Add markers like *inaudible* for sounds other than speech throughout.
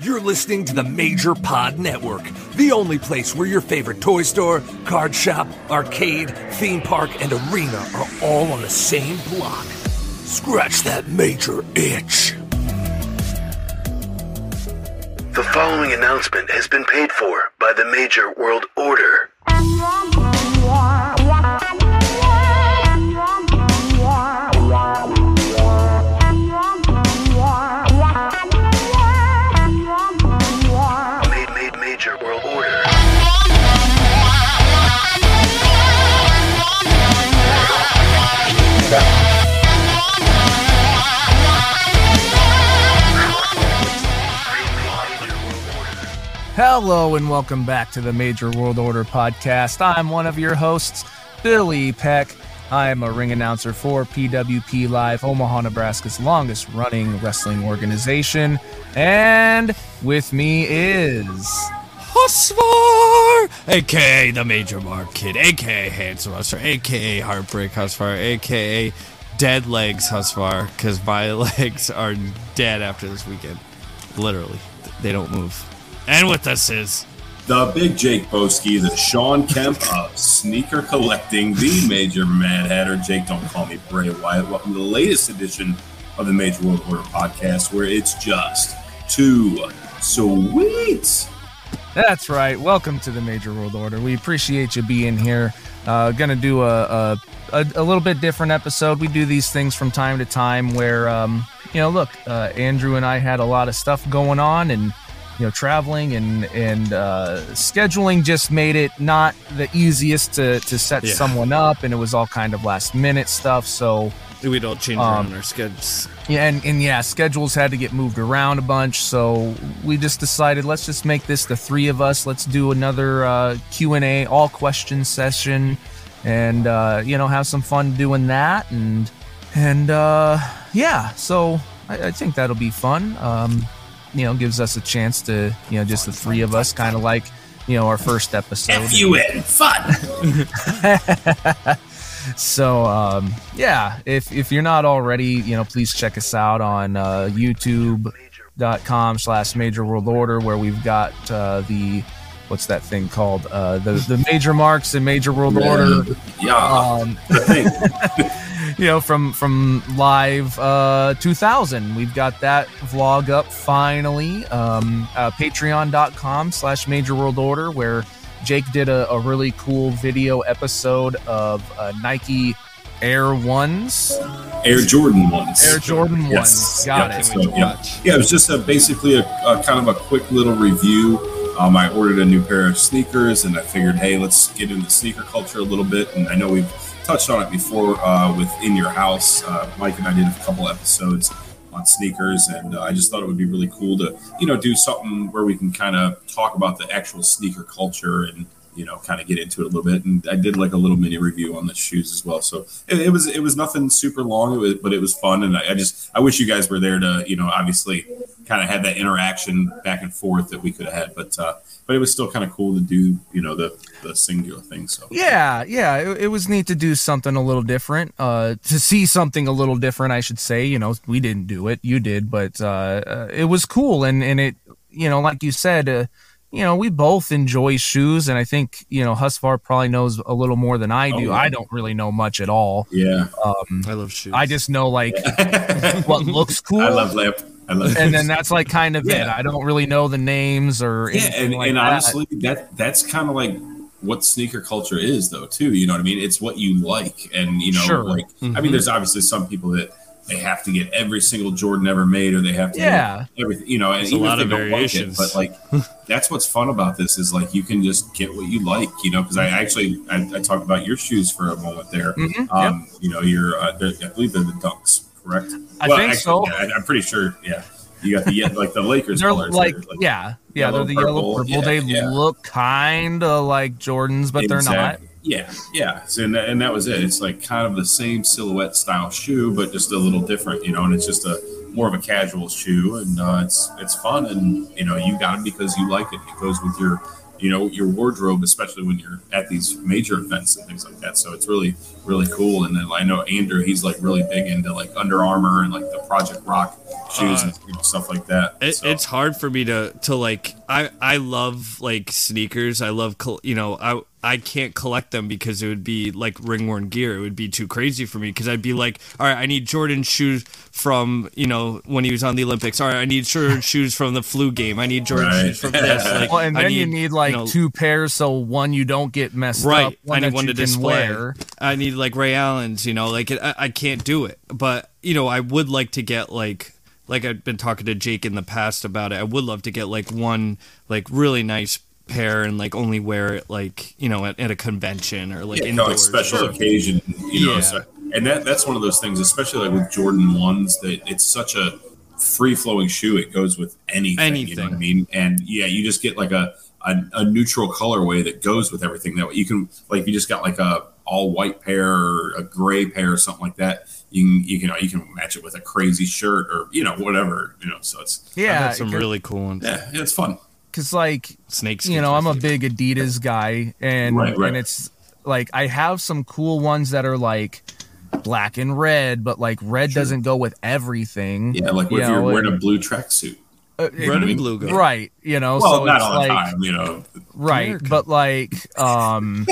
You're listening to the Major Pod Network, the only place where your favorite toy store, card shop, arcade, theme park, and arena are all on the same block. Scratch that major itch. The following announcement has been paid for by the Major World Order. Made, made, Major World Order. Hello and welcome back to the Major World Order podcast. I'm one of your hosts, Billy Peck. I am a ring announcer for PWP Live, Omaha, Nebraska's longest running wrestling organization. And with me is. Husvar, aka the Major Mark Kid, aka Handsome Husvar, aka Heartbreak Husvar, aka Dead Legs Husvar, because *laughs* my legs are dead after this weekend. Literally, they don't move. And with us is The big Jake Boski, the Sean Kemp of sneaker collecting, the major Mad Hatter. Jake, don't call me Bray Wyatt. Welcome to the latest edition of the Major World Order podcast, where it's just too sweet. That's right. Welcome to the Major World Order. We appreciate you being here. Uh, gonna do a, a, a a little bit different episode. We do these things from time to time where um, you know, look, uh, Andrew and I had a lot of stuff going on and you know traveling and and uh, scheduling just made it not the easiest to to set Yeah. someone up, and it was all kind of last minute stuff. So we don't change around around our schedules. yeah, and, and yeah, schedules had to get moved around a bunch, so we just decided let's just make this the three of us. Let's do another uh, Q and A, all question session, and uh, you know have some fun doing that, and and uh, yeah, so I, I think that'll be fun. Um, you know, gives us a chance to you know just the three of us, kind of like you know our first episode. F you in fun. So um, yeah, if if you're not already, you know, please check us out on uh, YouTube.com slash Major World Order, where we've got uh, the what's that thing called uh, the the major marks and Major World Order. Yeah. Um, The thing. you know, from from live uh, 2000, we've got that vlog up finally. Um, uh, Patreon.com slash Major World Order, where Jake did a, a really cool video episode of uh, Nike Air Ones. *laughs* Air Jordan ones. Air Jordan ones. Yes. Got Yeah, it. so, yeah. Yeah, it was just a, basically a, a kind of a quick little review. Um, I ordered a new pair of sneakers, and I figured, hey, let's get into sneaker culture a little bit. And I know we've touched on it before uh, with In Your House. Uh, Mike and I did a couple episodes on sneakers, and uh, I just thought it would be really cool to, you know, do something where we can kind of talk about the actual sneaker culture and you know, kind of get into it a little bit. And I did like a little mini review on the shoes as well. So it, it was it was nothing super long, it was, but it was fun. And I, I just I wish you guys were there to you know obviously kind of had that interaction back and forth that we could have had. But uh, but it was still kind of cool to do you know the the singular thing. So Yeah, yeah, it, it was neat to do something a little different, uh, to see something a little different, I should say. You know, we didn't do it, you did, but uh, uh, it was cool, and and it, you know, like you said, uh, you know, we both enjoy shoes, and I think you know Husvar probably knows a little more than I Oh, do. yeah. I don't really know much at all. yeah, *laughs* I love shoes. I just know like what looks cool, *laughs* I love lamp. I love and then that's like kind of it. Yeah. I don't really know the names or yeah, anything and, like and that. honestly, that that's kind of like what sneaker culture is, though. Too, you know what I mean? It's what you like, and you know, Sure. Mm-hmm. like I mean, there's obviously some people that they have to get every single Jordan ever made, or they have to Yeah. get everything, you know. And There's a even lot if of they don't like it, variations. but like that's what's fun about this is like you can just get what you like, you know. Because Mm-hmm. I actually I, I talked about your shoes for a moment there. Mhm, Um, You know, your uh, they're- I believe they're the Dunks, correct? I think so. yeah, I, am pretty sure. Yeah, you got the yeah, like the Lakers. They're colors like, there, yeah, yeah, they're yellow, the yellow purple. purple. Yeah, they yeah. look kind of like Jordans, but they're not. Exactly. Yeah, yeah. So, and, that, and that was it. It's like kind of the same silhouette style shoe, but just a little different, you know. And it's just a more of a casual shoe, and uh, it's it's fun, and you know you got it because you like it. It goes with your you know your wardrobe, especially when you're at these major events and things like that. So it's really really cool. And then I know Andrew, he's like really big into like Under Armour and like the Project Rock shoes Uh, and you know, stuff like that. It, So- It's hard for me to to like. I I love like sneakers. I love col- you know. I I can't collect them because it would be like ringworn gear. It would be too crazy for me because I'd be like, all right, I need Jordan shoes from you know when he was on the Olympics. All right, I *laughs* need Jordan shoes from the flu game. I need Jordan Right. shoes from this. Like, Well, and I then you need like know, two pairs, so one you don't get messed up, right. one I need that one you to can display. wear. I need like Ray Allen's. You know, like it, I, I can't do it. But you know, I would like to get like like I've been talking to Jake in the past about it. I would love to get like one like really nice pair and like only wear it like you know at, at a convention or like yeah, kind of indoors. like special occasion, you know. Yeah. So, and that that's one of those things, especially like with Jordan ones, that it's such a free flowing shoe. It goes with anything. You know what I Anything. mean? And yeah, you just get like a, a a neutral colorway that goes with everything. That way you can like you just got like a all white pair or a gray pair or something like that. You can you can you can match it with a crazy shirt or you know whatever you know. So it's I've Yeah, had some really cool ones. yeah, it's fun. because like Snakes. you know, I'm a big Adidas guy, and Right, right. and it's like I have some cool ones that are like black and red, but like red doesn't go with everything. Yeah, like you if you're know, uh, wearing a blue tracksuit. red and blue guy. right, you know, Well, so not it's all like the time, you know. right, but like *laughs* um,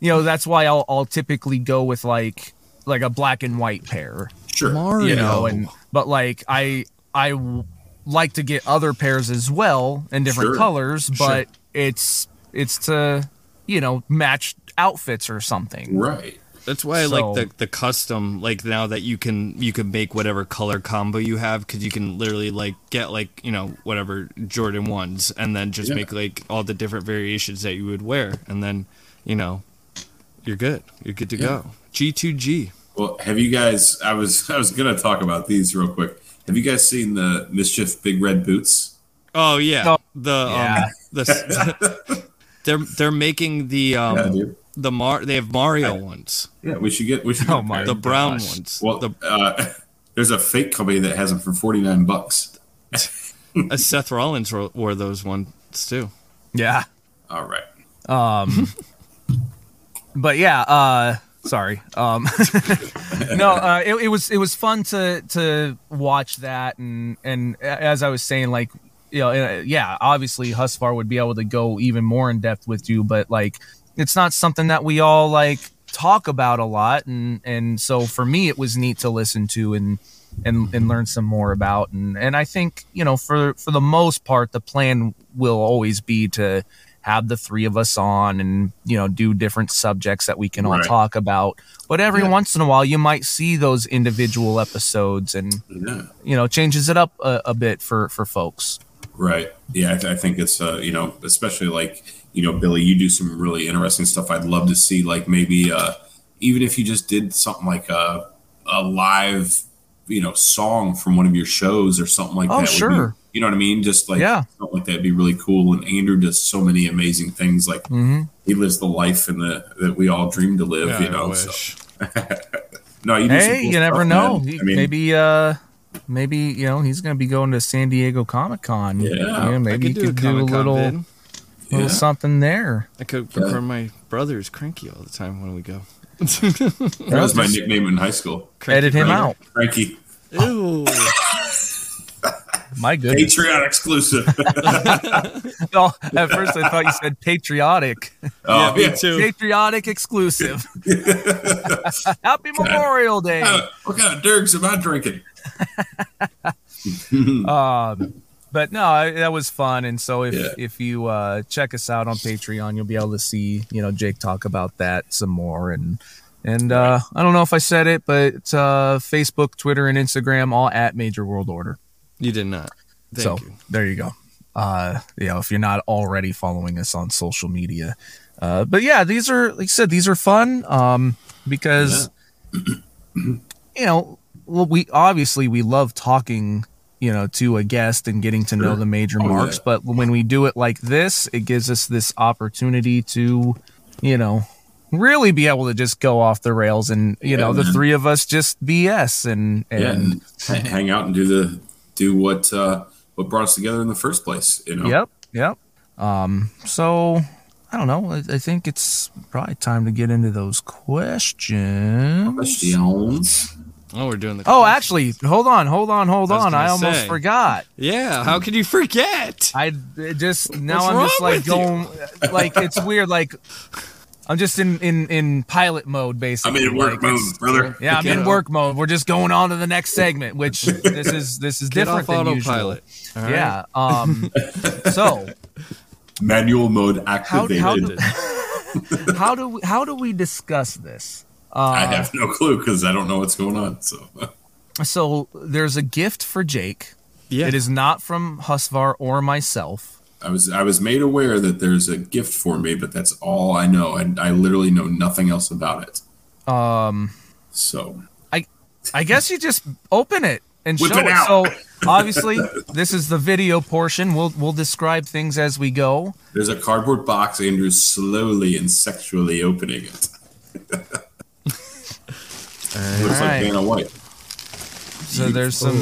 you know, that's why I'll I'll typically go with like like a black and white pair, Sure, Mario. you know, and but like I I w- like to get other pairs as well in different Sure. colors, but Sure. it's it's to you know match outfits or something. right. That's why I So- like the, the custom like now that you can you can make whatever color combo you have because you can literally like get like you know whatever Jordan ones and then just Yeah. make like all the different variations that you would wear and then you know you're good you're good to go G two G Well, have you guys? I was *laughs* I was gonna talk about these real quick. Have you guys seen the mischief big red boots? oh yeah Oh, the yeah. um *laughs* the *laughs* they're they're making the um Yeah, dude. the Mar they have Mario ones Yeah, we should get. We should. Oh get a my pair. the brown gosh. ones Well, the uh, *laughs* there's a fake company that has them for forty nine bucks. uh, Seth Rollins wore, wore those ones too Yeah, All right. but yeah, uh, sorry. Um, *laughs* no, uh, it, it was it was fun to to watch that, and and as I was saying, like you know, uh, yeah, obviously Husfar would be able to go even more in depth with you, but like it's not something that we all like talk about a lot, and and so for me, it was neat to listen to and. And, and learn some more about and and I think you know for for the most part the plan will always be to have the three of us on and you know do different subjects that we can all Right. talk about but every Yeah. once in a while you might see those individual episodes and Yeah. you know changes it up a, a bit for for folks Right. Yeah, I, th- I think it's uh, you know, especially like you know, Billy, you do some really interesting stuff. I'd love to see like maybe uh, even if you just did something like a a live you know song from one of your shows or something like Oh, that. would be- sure. you know what I mean? Just like Yeah. something like that'd be really cool. And Andrew does so many amazing things. Like Mhm. he lives the life in the that we all dream to live. you know. So, no, you do some hey cool you never stuff, know man. He- I mean, maybe uh maybe you know he's gonna be going to san diego comic-con Yeah. I maybe you could do a Comic-Con little vid. Yeah. little something there I could Yeah. record my brother's cranky all the time when *laughs* we go. that was my Just nickname in high school. edit him Cranky out Frankie, Oh, Ew. my goodness Patreon exclusive. *laughs* *laughs* oh, *laughs* at first i thought you said patriotic Oh, yeah, me too. patriotic *laughs* exclusive *laughs* happy memorial day Uh, what kind of dirgs am I drinking? Um, but no I, that was fun and so if Yeah. if you uh check us out on patreon you'll be able to see you know jake talk about that some more and and uh i don't know if i said it but uh facebook twitter and instagram all at major world order You did not. Thank so you. there you go uh you know if you're not already following us on social media uh but yeah these are like i said these are fun um because *clears throat* you know well we obviously we love talking you know to a guest and getting to know the major Oh, marks yeah. but when we do it like this it gives us this opportunity to you know really be able to just go off the rails and you know the man. three of us just bs and Yeah, and and *laughs* ha- hang out and do the do what uh, what brought us together in the first place. You know, Yep, yep. Oh. Um, so I don't know. I, I think it's probably time to get into those questions. Questions. Oh, we're doing the. Oh, actually, hold on, hold on, hold I was on. I gonna almost say. forgot. yeah. How could you forget? I it just now What's I'm just wrong like with you? going like it's weird like I'm just in in in pilot mode I'm basically. in work Like, mode, it's- brother. Yeah, I'm in Get work mode. We're just going on to the next segment, which this is this is *laughs* Get different off than autopilot. All usual. right. Yeah. Um *laughs* so Manual mode how activated. how do, how do we how do we discuss this? *laughs* I have no clue because I don't know what's going on. So So there's a gift for Jake. Yeah. It is not from Husvar or myself. I was I was made aware that there's a gift for me, but that's all I know, and I literally know nothing else about it. Um. So I I guess you just open it and Whip show it it. out. So obviously this is the video portion. We'll we'll describe things as we go. there's a cardboard box. Andrew's slowly and sexually *laughs* opening it. Looks right. like Vanna White. So there's some,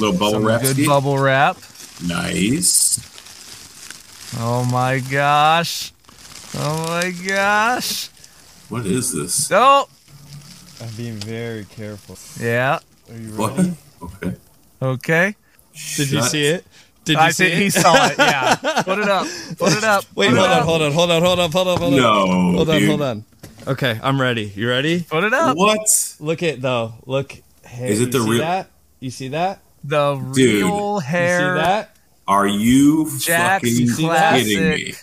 Little bubble some wrap. good ski. bubble wrap. Nice. Oh my gosh. Oh my gosh. What is this? So I'm being very careful. yeah. Are you What? Okay. Okay. Did you Shut- see it? Did you I see think he it? saw it. Yeah. Put it up. Put it up. *laughs* Wait, Put it hold on, up. hold on, hold on, hold on, hold on, hold on. No. Hold on, dude. hold on. Okay, I'm ready. You ready? Put it up. What? Look at though. Look. Hey, Is it you the see real- That? You see that? The Dude. real You see hair that? Are you Jack's fucking classic kidding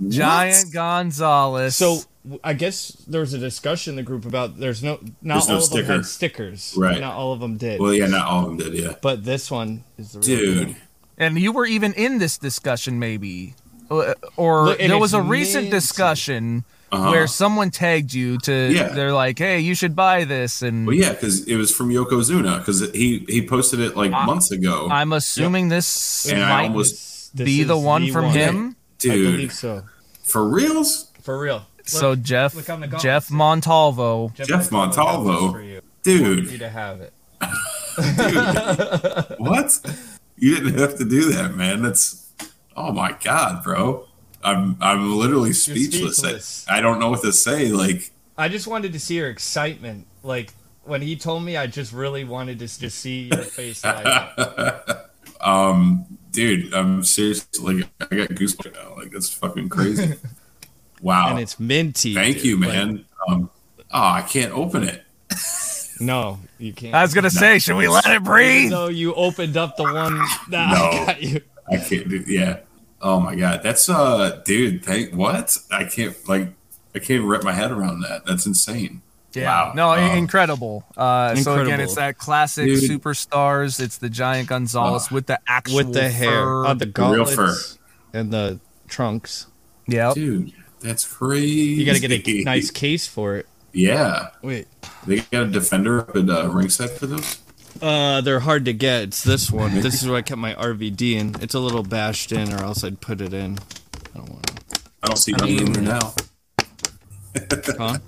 me? giant Gonzalez. So w- I guess there was a discussion in the group about there's no not There's all no of them sticker. had stickers. Right. Not all of them did. Well, yeah, not all of them did. Yeah. but this one is the real deal. Dude. and you were even in this discussion maybe Uh, or Look, and there was it's a recent mint. discussion Uh-huh. where someone tagged you to Yeah. they're like hey you should buy this and Well, yeah, because it was from Yokozuna. Because he he posted it like months ago. i'm assuming this And I might almost- This- this be is the one from him I Dude, believe so. for reals, For real. so jeff look on the jeff glasses. montalvo Jeff Montalvo. For you. For you dude, to have it. what? You didn't have to do that, man. That's oh my god, bro. I'm I'm literally speechless. I- speechless. I, don't know what to say. Like, I just wanted to see your excitement. Like when he told me, I just really wanted to s- just see *laughs* your face. light up. dude, I'm serious. Like, I got goosebumps right now. Like, that's fucking *laughs* crazy. wow. and it's minty. Thank dude. you, Like, man. um, oh, I can't open it. no, you can't. i was gonna say should we let it breathe So you opened up the one that I No. got you. I can't do. Yeah. Oh my god, that's uh, dude. Thank what? I can't like. I can't even wrap my head around that. That's insane. yeah Wow. no i- Um, incredible uh so again Incredible. it's that classic Dude. Uh, superstars it's the giant gonzalez with the actual with the hair fur. on the real gauntlets and the trunks. yep Dude, that's crazy. You got to get *laughs* a nice case for it. Yeah, Wait, they got a defender up at uh, ringside for those. uh, they're hard to get. It's this one. This is where I kept my RVD in. It's a little bashed in, or else I'd put it in. I don't want to. I don't see any in there now. Huh?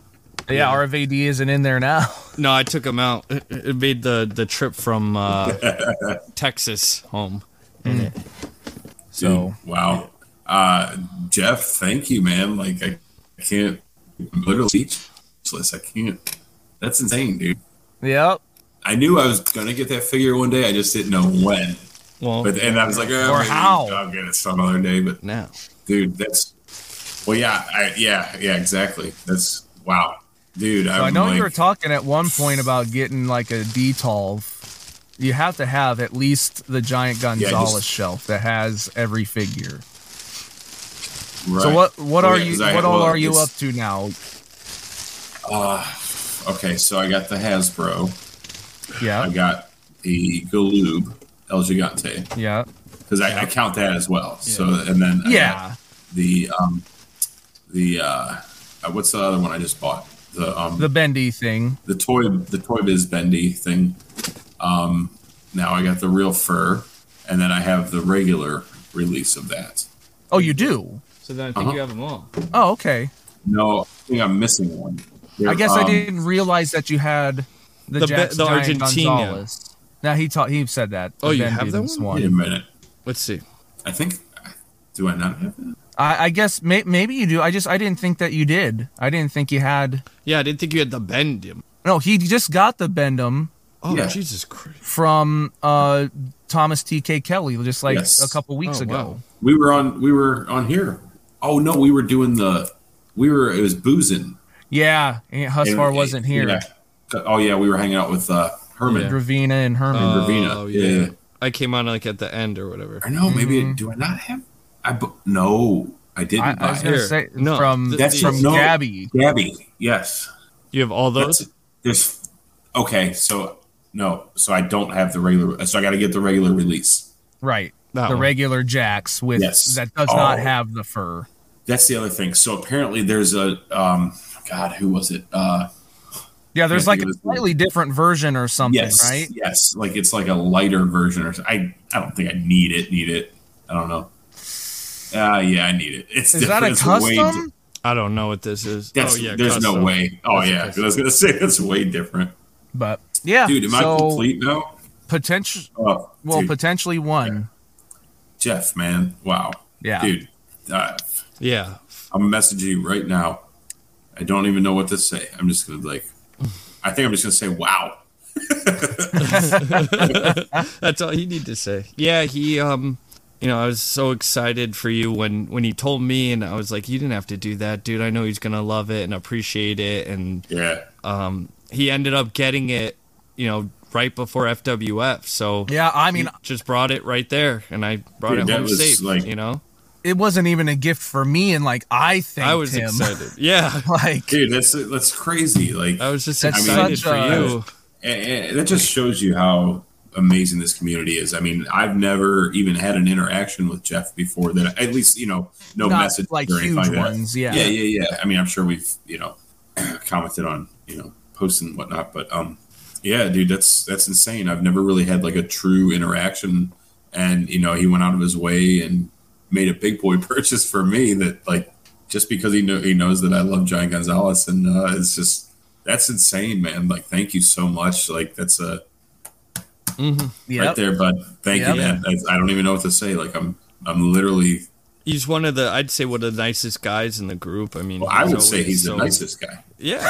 yeah rvad isn't in there now *laughs* No, I took him out. It, it made the the trip from uh, Texas home. so Dude, wow, uh, Jeff, thank you, man. Like I, I can't I'm literally speechless. I can't. That's insane, dude. Yep. I knew I was gonna get that figure one day. I just didn't know when. Well, But and I was like, oh, Or maybe how. I'll get it some other day. But now dude, that's well, yeah, I, yeah, yeah, exactly. That's wow, dude. So I'm I know like, you were talking at one point about getting like a detolve. You have to have at least the giant Gonzalez just- shelf that has every figure. right. So what what Oh, are yeah, you 'cause I- what all well, are you up it's- to now? Okay, so I got the Hasbro. I Yeah. got the Galoob El Gigante Yeah. because I, I count that as well. So and then I got Yeah. the um the uh uh, what's the other one I just bought the um The bendy thing. the toy the toy biz bendy thing. Um, now I got the real fur, and then I have the regular release of that. Oh, you do. so then I think you have them all. Oh, okay. No, I think I'm missing one. I guess I Um, didn't realize that you had the The the, be- Jack's the giant Argentina. Gonzalez. Now he taught he said that. the Oh, you have that Bendy's one? Wait a minute. Let's see. I think Do I not have that? I, I guess may, maybe you do. I just I didn't think that you did. I didn't think you had. Yeah, I didn't think you had the bendium. No, he just got the Bendham Oh, Yeah. Jesus Christ. from uh, Thomas T. K. Kelly just like Yes. a couple weeks Oh, ago. wow. We were on. We were on here. Oh no, we were doing the. We were. It was boozing. Yeah, Aunt Husfar And- wasn't here. yeah. Oh yeah, we were hanging out with uh, Herman Yeah. Ravina and Herman. and Ravina. Oh, yeah. yeah. yeah. I came on like at the end or whatever. I know. Maybe do I not have? I bu- no, I didn't. Mm-hmm. I, I buy was it. gonna Here. say No, from th- That's from no- Gabby. Gabby. Yes. You have all those? That's, there's okay. So no. So I don't have the regular. So I got to get the regular release. Right. That the one. regular jacks with Yes. that does not Oh. have the fur. That's the other thing. So apparently there's a um. God, who was it? Uh, Yeah, there's Yeah, like a it was- slightly different version or something, yes, right? yes. Like it's like a lighter version, or s- I. I don't think I need it. Need it. I don't know. Uh, yeah, I need it. It's Is that a different. It's way di- custom? I don't know what this is. That's, oh, yeah. there's no custom. way. Oh That's a yeah, custom. I was gonna *laughs* say that's way different. But yeah, Dude, am I so complete now? potential. Oh, Well, dude, potentially one. Jeff, man, wow, Yeah. dude, uh, Yeah. I'm messaging you right now. I don't even know what to say. I'm just gonna like, I think I'm just gonna say wow. That's all you need to say. Yeah, he um you know, I was so excited for you when when he told me and I was like, You didn't have to do that, dude. I know he's gonna love it and appreciate it and Yeah, Uh, he ended up getting it, you know, right before FWF. So Yeah, I mean, just brought it right there and I brought Dude, it that home was, safe. like- you know? it wasn't even a gift for me, and like I thanked I was him. excited. *laughs* Yeah. *laughs* like, dude, that's that's crazy. Like, I was just That's excited such for a- you. and, and that just shows you how amazing this community is. I mean, I've never even had an interaction with Jeff before that. At least, you know, no Not, message like, or anything huge like that. ones, yeah. yeah, yeah, yeah. I mean, I'm sure we've you know *clears throat* commented on you know posts and whatnot, but um, yeah, dude, that's that's insane. I've never really had like a true interaction, and you know, he went out of his way and made a big boy *laughs* purchase for me that like just because he know he knows that I love Giant Gonzalez and uh, it's just that's insane, man. Like, thank you so much. Like, that's a yep. right there, bud. Thank Yep. you, man. I, I don't even know what to say. Like, I'm I'm literally. He's one of the I'd say one of the nicest guys in the group. I mean Well, I he's would say always he's so- the nicest *laughs* guy. *laughs* Yeah.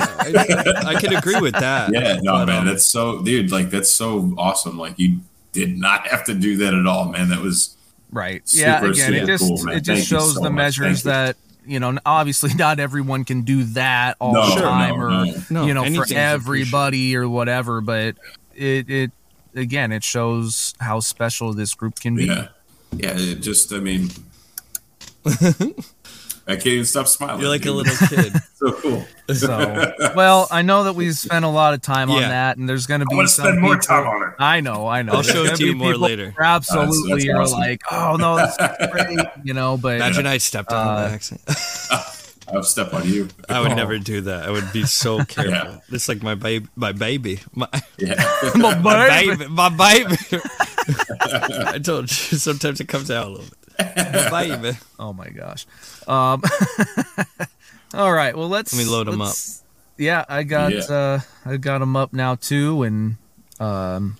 I, I can agree with that. Yeah, no, But, man, um, that's so, dude. Like, that's so awesome. Like, you did not *laughs* have to do that at all, man. That was Right. Super, yeah. Again, super it just cool, man. it just Thank you shows so the much. measures Thank you. that you know. Obviously, not everyone can do that all No, the Sure. time, no, or no. No, you know, for anything's everybody or whatever. But it it again, it shows how special this group can be. yeah, yeah. It just, I *laughs* mean, I can't even stop smiling. You're like a dude. little *laughs* kid. so cool. *laughs* So, well, I know that we spent a lot of time on Yeah. that, and there's going to be. wanna some spend more people- time on it. I know, I know. I'll There's show it gonna to you be more people later. who Absolutely, That's- that's you're awesome. like, oh no, that's *laughs* great, you know. But Imagine I stepped on by Uh, accident. I'll step on you. I *laughs* would never do that. I would be so careful. Yeah. It's like my baby, my baby, my, Yeah. But- my but- *laughs* baby, *laughs* my baby. I told you. Sometimes it comes out a little bit. My *laughs* baby. Oh my gosh. Um, *laughs* all right. Well, let's Let me load 'em let's- Yeah, I got Yeah. uh I got them up now too, and um,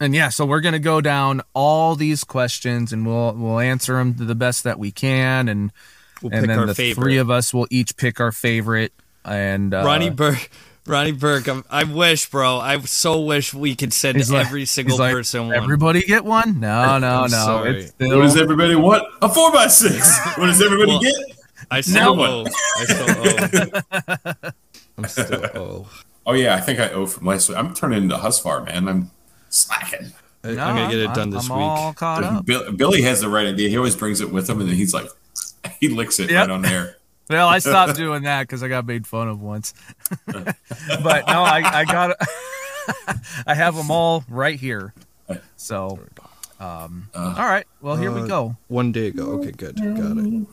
and yeah, so we're gonna go down all these questions, and we'll we'll answer them to the best that we can, and We'll and pick then our the favorite. three of us will each pick our favorite. And uh, Ronnie Burke. Ronnie Burke. I'm, I wish, bro. I so wish we could send he's like- every he's single like, person one. Everybody get one? *laughs* No, no, I'm no. sorry. It's What does still everybody want? A four by *laughs* six. What does everybody Well- get? I still owe. I still owe. *laughs* I'm still owe. Oh yeah, I think I owe from last week. I'm turning into Husfar, man. I'm slacking. I- No, I'm gonna get it done this I'm week. all caught up. *laughs* Bill, Billy has the right idea. He always brings it with him, and then he's like, *laughs* he licks it Yep. right on there. Well, I stopped doing that because I got made fun of once. *laughs* but no, I, I got, *laughs* I have them all right here. So, um, all right. Well, here we go. One day ago. Okay, good. Got it.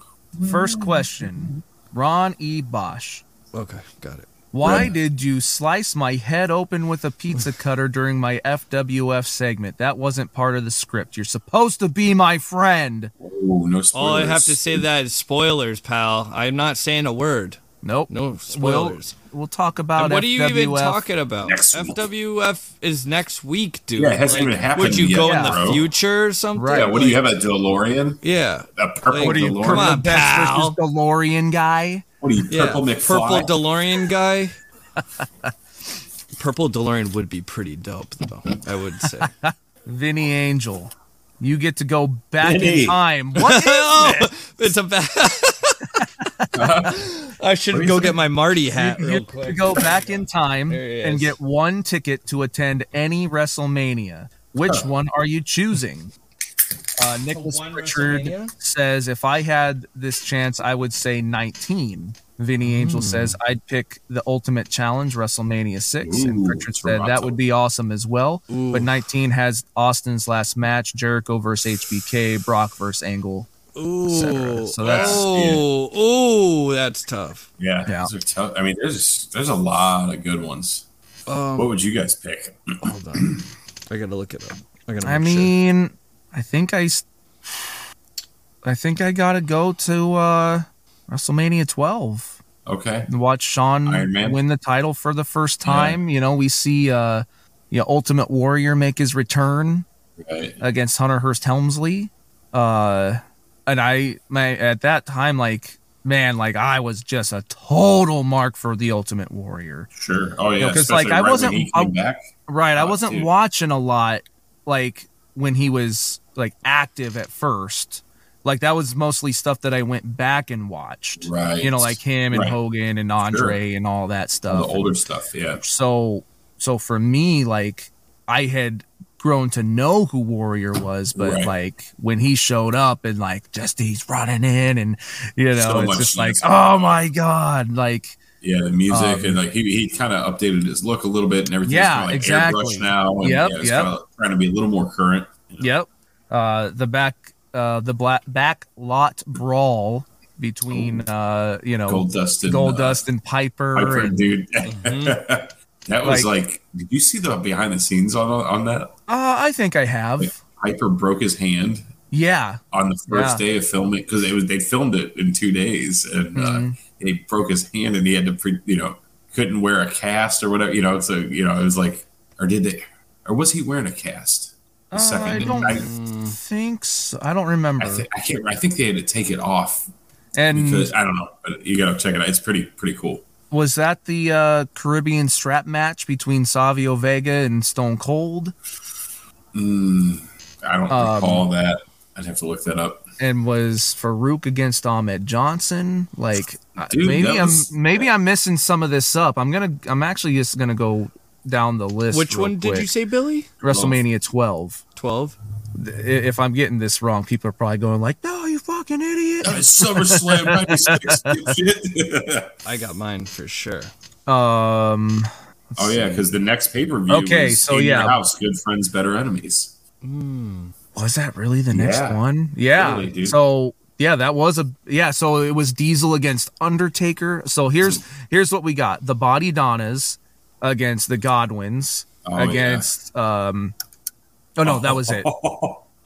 First question, Ron E. Bosch. Okay, got it. Why did you slice my head open with a *laughs* pizza cutter during my FWF segment? That wasn't part of the script. You're supposed to be my friend. *laughs* Oh no! Spoilers. All I have to say that is spoilers, pal. I'm not saying a word. Nope. No Well, spoilers. We'll talk about And what are you even FWF. talking about? Next week. FWF is next week, dude. Yeah, it hasn't even happened Would you yet, go in the bro. future or something? Right. Yeah, what do you have? A DeLorean? Yeah. A purple Like, what do you- DeLorean? Come on, Best pal. versus DeLorean guy. What are you, Yeah. Purple McFly? Purple *laughs* DeLorean guy. Purple DeLorean would be pretty dope, though. I would say. Vinny Angel. You get to go back Vinny. in time. *laughs* What is oh, it's a bad. *laughs* I should go you get my Marty hat you real get to quick. go back in time *laughs* There he and is. get one ticket to attend any WrestleMania. Which one are you choosing? Uh, Nicholas one Pritchard WrestleMania? says, "If I had this chance, I would say 19." Vinny Angel Hmm. says, "I'd pick the Ultimate Challenge, WrestleMania 6." and Ooh, Pritchard said, "That Toronto. would be awesome as well." But 19 has Austin's last match: Jericho versus HBK, Brock versus Angle. Ooh, So that's- oh, ooh, that's tough. Yeah, Yeah. those are tough. I mean, there's there's a lot of good ones. Um, what would you guys pick? *clears throat* Hold on, I gotta look it up. I gotta. I make sure. mean, I think I, s- I think I gotta go to uh, WrestleMania 12 Okay, and watch Shawn Iron Man? win the title for the first time. You know, we see uh, you know, Ultimate Warrior make his return right. against Hunter Hurst Helmsley. Uh, and I, my, at that time, like, man, like I was just a total mark for the Ultimate Warrior. sure. Oh No, yeah, 'cause, especially like, I right when wasn't- he came I- back. Right. I Oh, wasn't dude. watching a lot like when he was like active at first. Like that was mostly stuff that I went back and watched. Right. You know, like him and Right. Hogan and Andre and all that All stuff. the older stuff. Yeah, so so for me, like I had grown to know who Warrior was, but Right. like when he showed up and like just he's running in and you know, So it's much just like, music. oh my God. Like yeah. The music Um, and like he, he kind of updated his look a little bit and everything. Yeah, like exactly. Airbrush now. And, Yep, yeah, it's yep. Kinda trying to be a little more current. Yep. Uh, the back uh, the black back lot brawl between uh, you know Gold Dust and Gold uh, Dust and Piper, Piper, and, Mm-hmm. dude. *laughs* that was Like- like, did you see the behind the scenes on on that? uh, I think I have. Piper broke his hand Yeah. on the first Yeah. day of filming because it was they filmed it in two days and uh, Mhm. he broke his hand and he had to pre, you know couldn't wear a cast or whatever you know so you know it was like or did they or was he wearing a cast the Uh, I second don't I, think so. I don't remember. I, thi- I can't I think they had to take it off and because I don't know but you gotta check it out it's pretty pretty cool was that the uh, Caribbean strap match between Savio Vega and Stone Cold? I don't Um, recall that I'd have to look that up And was Farouk against Ahmed Johnson? Like I- Dude, maybe that I'm was- maybe I'm missing some of this up. I'm gonna I'm actually just gonna go down the list. Which real one did you quick. say, Billy? WrestleMania 12. Twelve. I- If I'm getting this wrong, people are probably going like, "No, you fucking idiot." SummerSlam 96 dipshit. I got mine for sure. Um, *laughs* oh yeah because the next pay per view Okay, so, yeah. house good friends better enemies was that really the next Yeah. one? Yeah. Really, dude. so yeah, that was a yeah. So it was Diesel against Undertaker. So here's here's what we got: the Body Donnas against the Godwins Oh, against um. Oh no, that was it.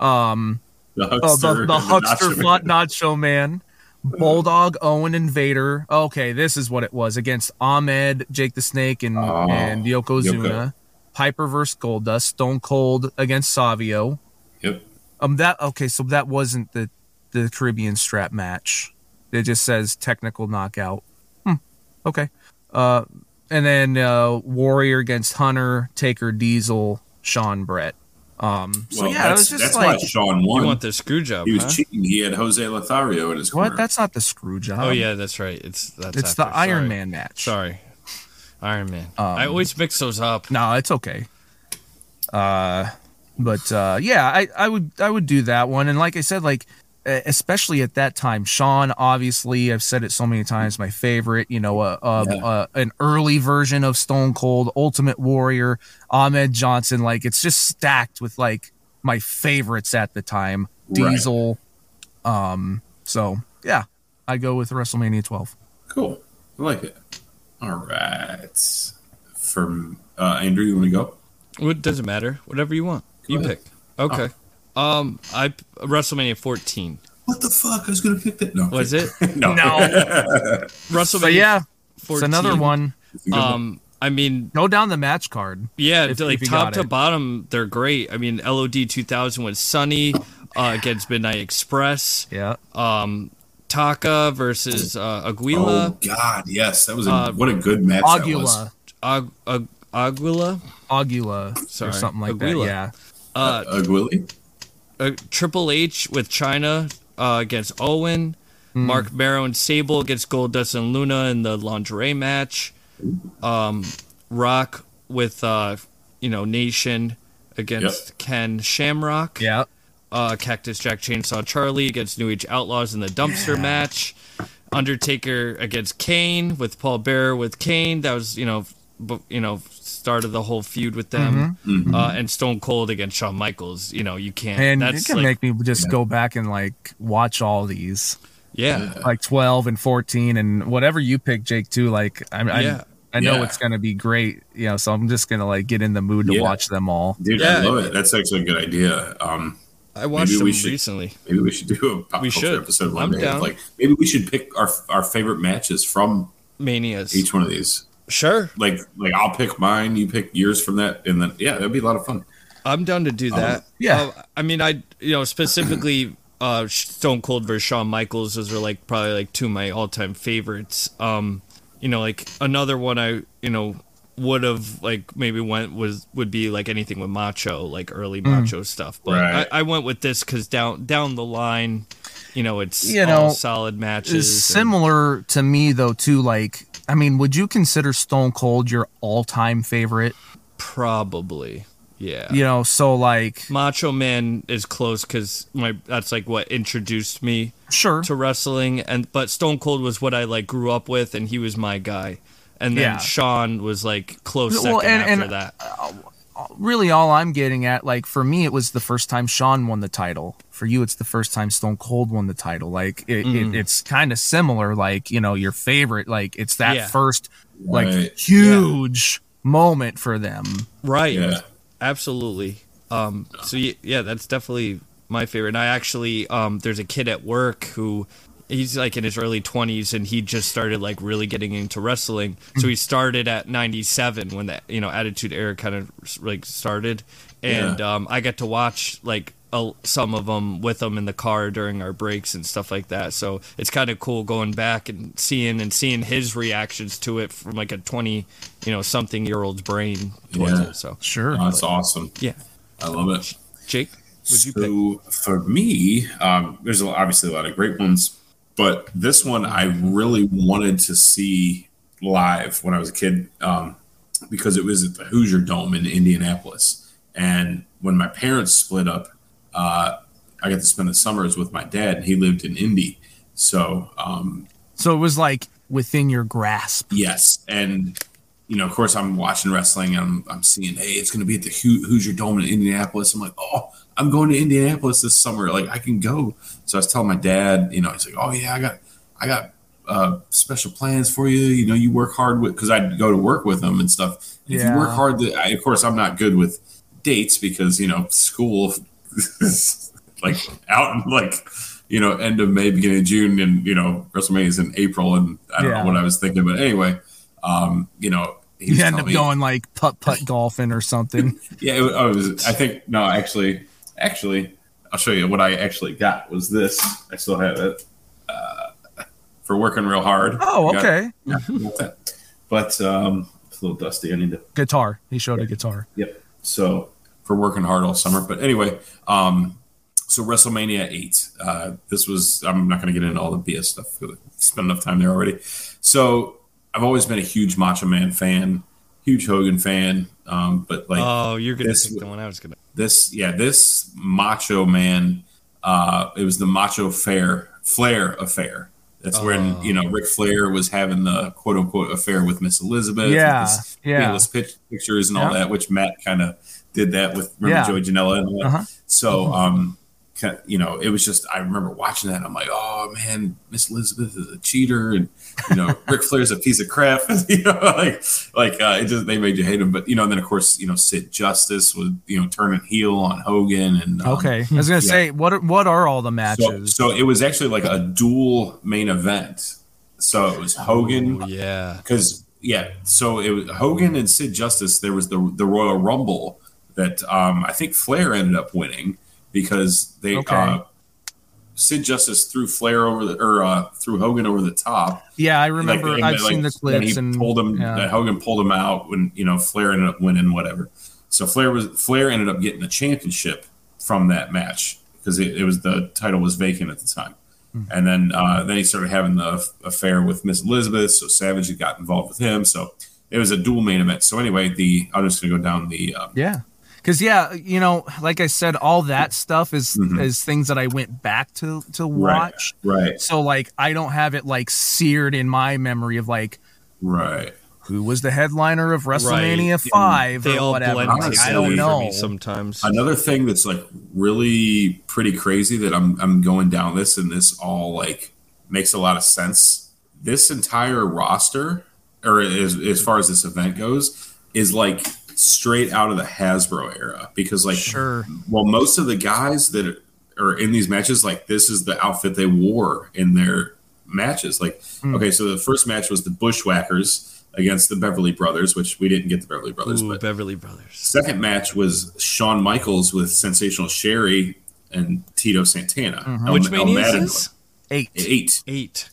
the Oh, huckster, the, the and huckster Nacho- flat nacho man bulldog owen invader okay this is what it was against ahmed jake the snake and, Oh, and yokozuna Yoko. piper versus goldust stone cold against savio Yep. um that okay so that wasn't the the caribbean strap match it just says technical knockout hmm okay uh and then uh warrior against hunter taker diesel sean brett um so Well, yeah it that's, was just that's like why Sean won. You want the screw job? he was huh? cheating. He had Jose Lothario in his corner. What? That's not the screw job. Oh yeah, that's right. It's that's It's the after. Iron Sorry. Man Um, match. Sorry, Iron Man. I always mix those up. No, it's okay. Uh, but uh, yeah, I, I would I would do that one. And like I said, like e- especially at that time, Sean. Obviously, I've said it so many times. My favorite, you know, uh, uh, uh, an early version of Stone Cold, Ultimate Warrior, Ahmed Johnson. Like it's just stacked with like my favorites at the time. Right. Diesel. Um. So yeah, I go with WrestleMania 12. cool. I like it. All right. From uh, Andrew, you want to go? It doesn't matter. Whatever you want, you ahead. Oh. pick. Okay. Um, I WrestleMania 14 What the fuck? *laughs* *laughs* I was going to pick that. No. *laughs* was it? No. No. WrestleMania. But yeah, 14. It's another one. Um, I mean, Go down the match card. yeah, If- like if you top got to it. bottom, they're great. I mean, LOD 2000 with Sunny uh, against Midnight Express. Yeah. Um, Taka versus uh, Aguila. Oh God, yes, that was a, uh, what a good match. That was. Augula. Ag- Ag- Aguila. Augula. Sorry. Or something like Aguila. that. Yeah. Aguili? uh, Triple H with China uh, against Owen, Hmm. Mark Barrow and Sable against Goldust and Luna in the lingerie match, um, Rock with uh, you know Nation against Ken Shamrock, Yeah. uh, Cactus Jack Chainsaw Charlie against New Age Outlaws in the dumpster match, Undertaker against Kane with Paul Bearer with Kane. That was you know bu- you know start of the whole feud with them, Mm-hmm. Uh, and Stone Cold against Shawn Michaels. You know you can't. And that's it can like, make me just go back and like watch all these, yeah. like 12 and 14 and whatever you pick, Jake, too. Like, I'm, I'm- Yeah. I know Yeah. it's going to be great, you know, so I'm just going to like get in the mood to Yeah. watch them all. Dude, I Yeah. love it. That's actually a good idea. Um, I watched Maybe them we should- recently. maybe we should do a pop We culture should. episode one I'm day. down. Like maybe we should pick our our favorite matches from Manias. each one of these. Sure, Like like I'll pick mine, you pick yours from that, and then yeah, that'd be a lot of fun. I'm down to do that. yeah. Uh, I mean, I you know specifically *clears throat* uh, Stone Cold versus Shawn Michaels. Those are like probably like two of my all time favorites. Um, you know, like another one I you know would have like maybe went was would be like anything with Macho, like early Macho stuff. But Right. I, I went with this because down down the line, you know, it's You all know, solid matches. is and- similar to me though too like i mean would you consider stone cold your all-time favorite probably. Yeah. you know so like Macho Man is close because my that's like what introduced me sure to wrestling, and but Stone Cold was what I like grew up with, and he was my guy. And then Yeah. Sean was like close second Well, and- after and- that. really all i'm getting at like for me it was the first time sean won the title for you it's the first time stone cold won the title like it, it, it's kind of similar like you know your favorite like it's that Yeah. first like Right. huge moment for them Right. Yeah. Absolutely. Um. So y- yeah, that's definitely my favorite. And I actually um, there's a kid at work who he's like in his early 20s and he just started like really getting into wrestling so he started at 97 when that you know attitude era kind of like started and um, i got to watch like a, some of them with them in the car during our breaks and stuff like that so it's kind of cool going back and seeing and seeing his reactions to it from like a 20 you know something year old's brain towards Yeah. it so sure Oh, that's awesome. yeah I love it. jake would you so pick for me, um, there's a- obviously a lot of great ones, but this one I really wanted to see live when I was a kid um, because it was at the Hoosier Dome in Indianapolis, and when my parents split up, uh, I got to spend the summers with my dad, and he lived in Indy, so um, so it was like within your grasp Yes, and you know, of course, I'm watching wrestling. And I'm I'm seeing, hey, it's going to be at the Ho- Hoosier Dome in Indianapolis. I'm like, oh, I'm going to Indianapolis this summer. Like, I can go. So I was telling my dad, you know, he's like, oh yeah, I got, I got uh, special plans for you. You know, you work hard with because I'd go to work with them and stuff. And If Yeah. you work hard, the, I, of course, I'm not good with dates because you know school *laughs* is like out in like you know end of May, beginning of June, and you know WrestleMania is in April, and I don't Yeah. know what I was thinking, but anyway, um, you know. He was you end telling up me- going like putt *laughs* putt golfing or something yeah, it, was- oh, it was. I think no, actually, actually, I'll show you what I actually got. Was this? I still have it. Uh, for working real hard. *laughs* oh I got- okay got that. But um, it's a little dusty. I need to guitar he showed a guitar Yep. So for working hard all summer. But anyway, um, so WrestleMania eight. Uh, this was I'm not going to get into all the BS stuff. Spent enough time there already. So I've always been a huge Macho Man fan, huge Hogan fan. Um, but like oh you're gonna This pick the would- one i was gonna this yeah this macho man uh it was the macho fair flair affair that's when you know Ric Flair was having the quote unquote affair with Miss Elizabeth Yeah, with his yeah. penis pic- pictures and all Yeah. that which Matt kind of did that with remember Yeah. Joey Janela and all that. Uh-huh. so um ki- you know it was just I remember watching that and I'm like oh man Miss Elizabeth is a cheater and you know, *laughs* Ric Flair's a piece of crap. *laughs* you know, like like uh, it just they made you hate him. But you know, and then of course, you know, Sid Justice was you know turning heel on Hogan and um, Okay, I was gonna say what are, what are all the So, matches? so it was actually like a dual main event. So it was Hogan Oh, yeah because yeah, so it was Hogan and Sid Justice. There was the the Royal Rumble that um, I think Flair ended up winning because they Okay. uh, Sid Justice threw Flair over the or uh, threw Hogan over the top. Yeah, I remember. Like, I've like, seen the clips And and he pulled him. yeah. that Hogan pulled him out when you know Flair ended up winning whatever. So Flair was Flair ended up getting the championship from that match because it, it was the title was vacant at the time. Hmm. And then uh, then he started having the f- affair with Miss Elizabeth. So Savage had got involved with him. So it was a dual main event. So anyway, the I'm just gonna go down the uh, Yeah. Cause yeah, you know, like I said, all that stuff is is things that I went back to to Mm-hmm. right, watch. right, So like I don't have it like seared in my memory of like right. who was the headliner of WrestleMania Right. five They or all whatever. blend Like, together I don't for know. me sometimes. Another thing that's like really pretty crazy that I'm I'm going down this and this all like makes a lot of sense. This entire roster, or as as far as this event goes, is like straight out of the Hasbro era because like Sure. well most of the guys that are in these matches like this is the outfit they wore in their matches like okay so the first match was the bushwhackers against the beverly brothers which we didn't get the beverly brothers Ooh, but Beverly Brothers. Second match was Shawn Michaels with Sensational Sherry and Tito Santana. El- Mm-hmm. Which El mania is Matador. this? Eight. Eight. Eight.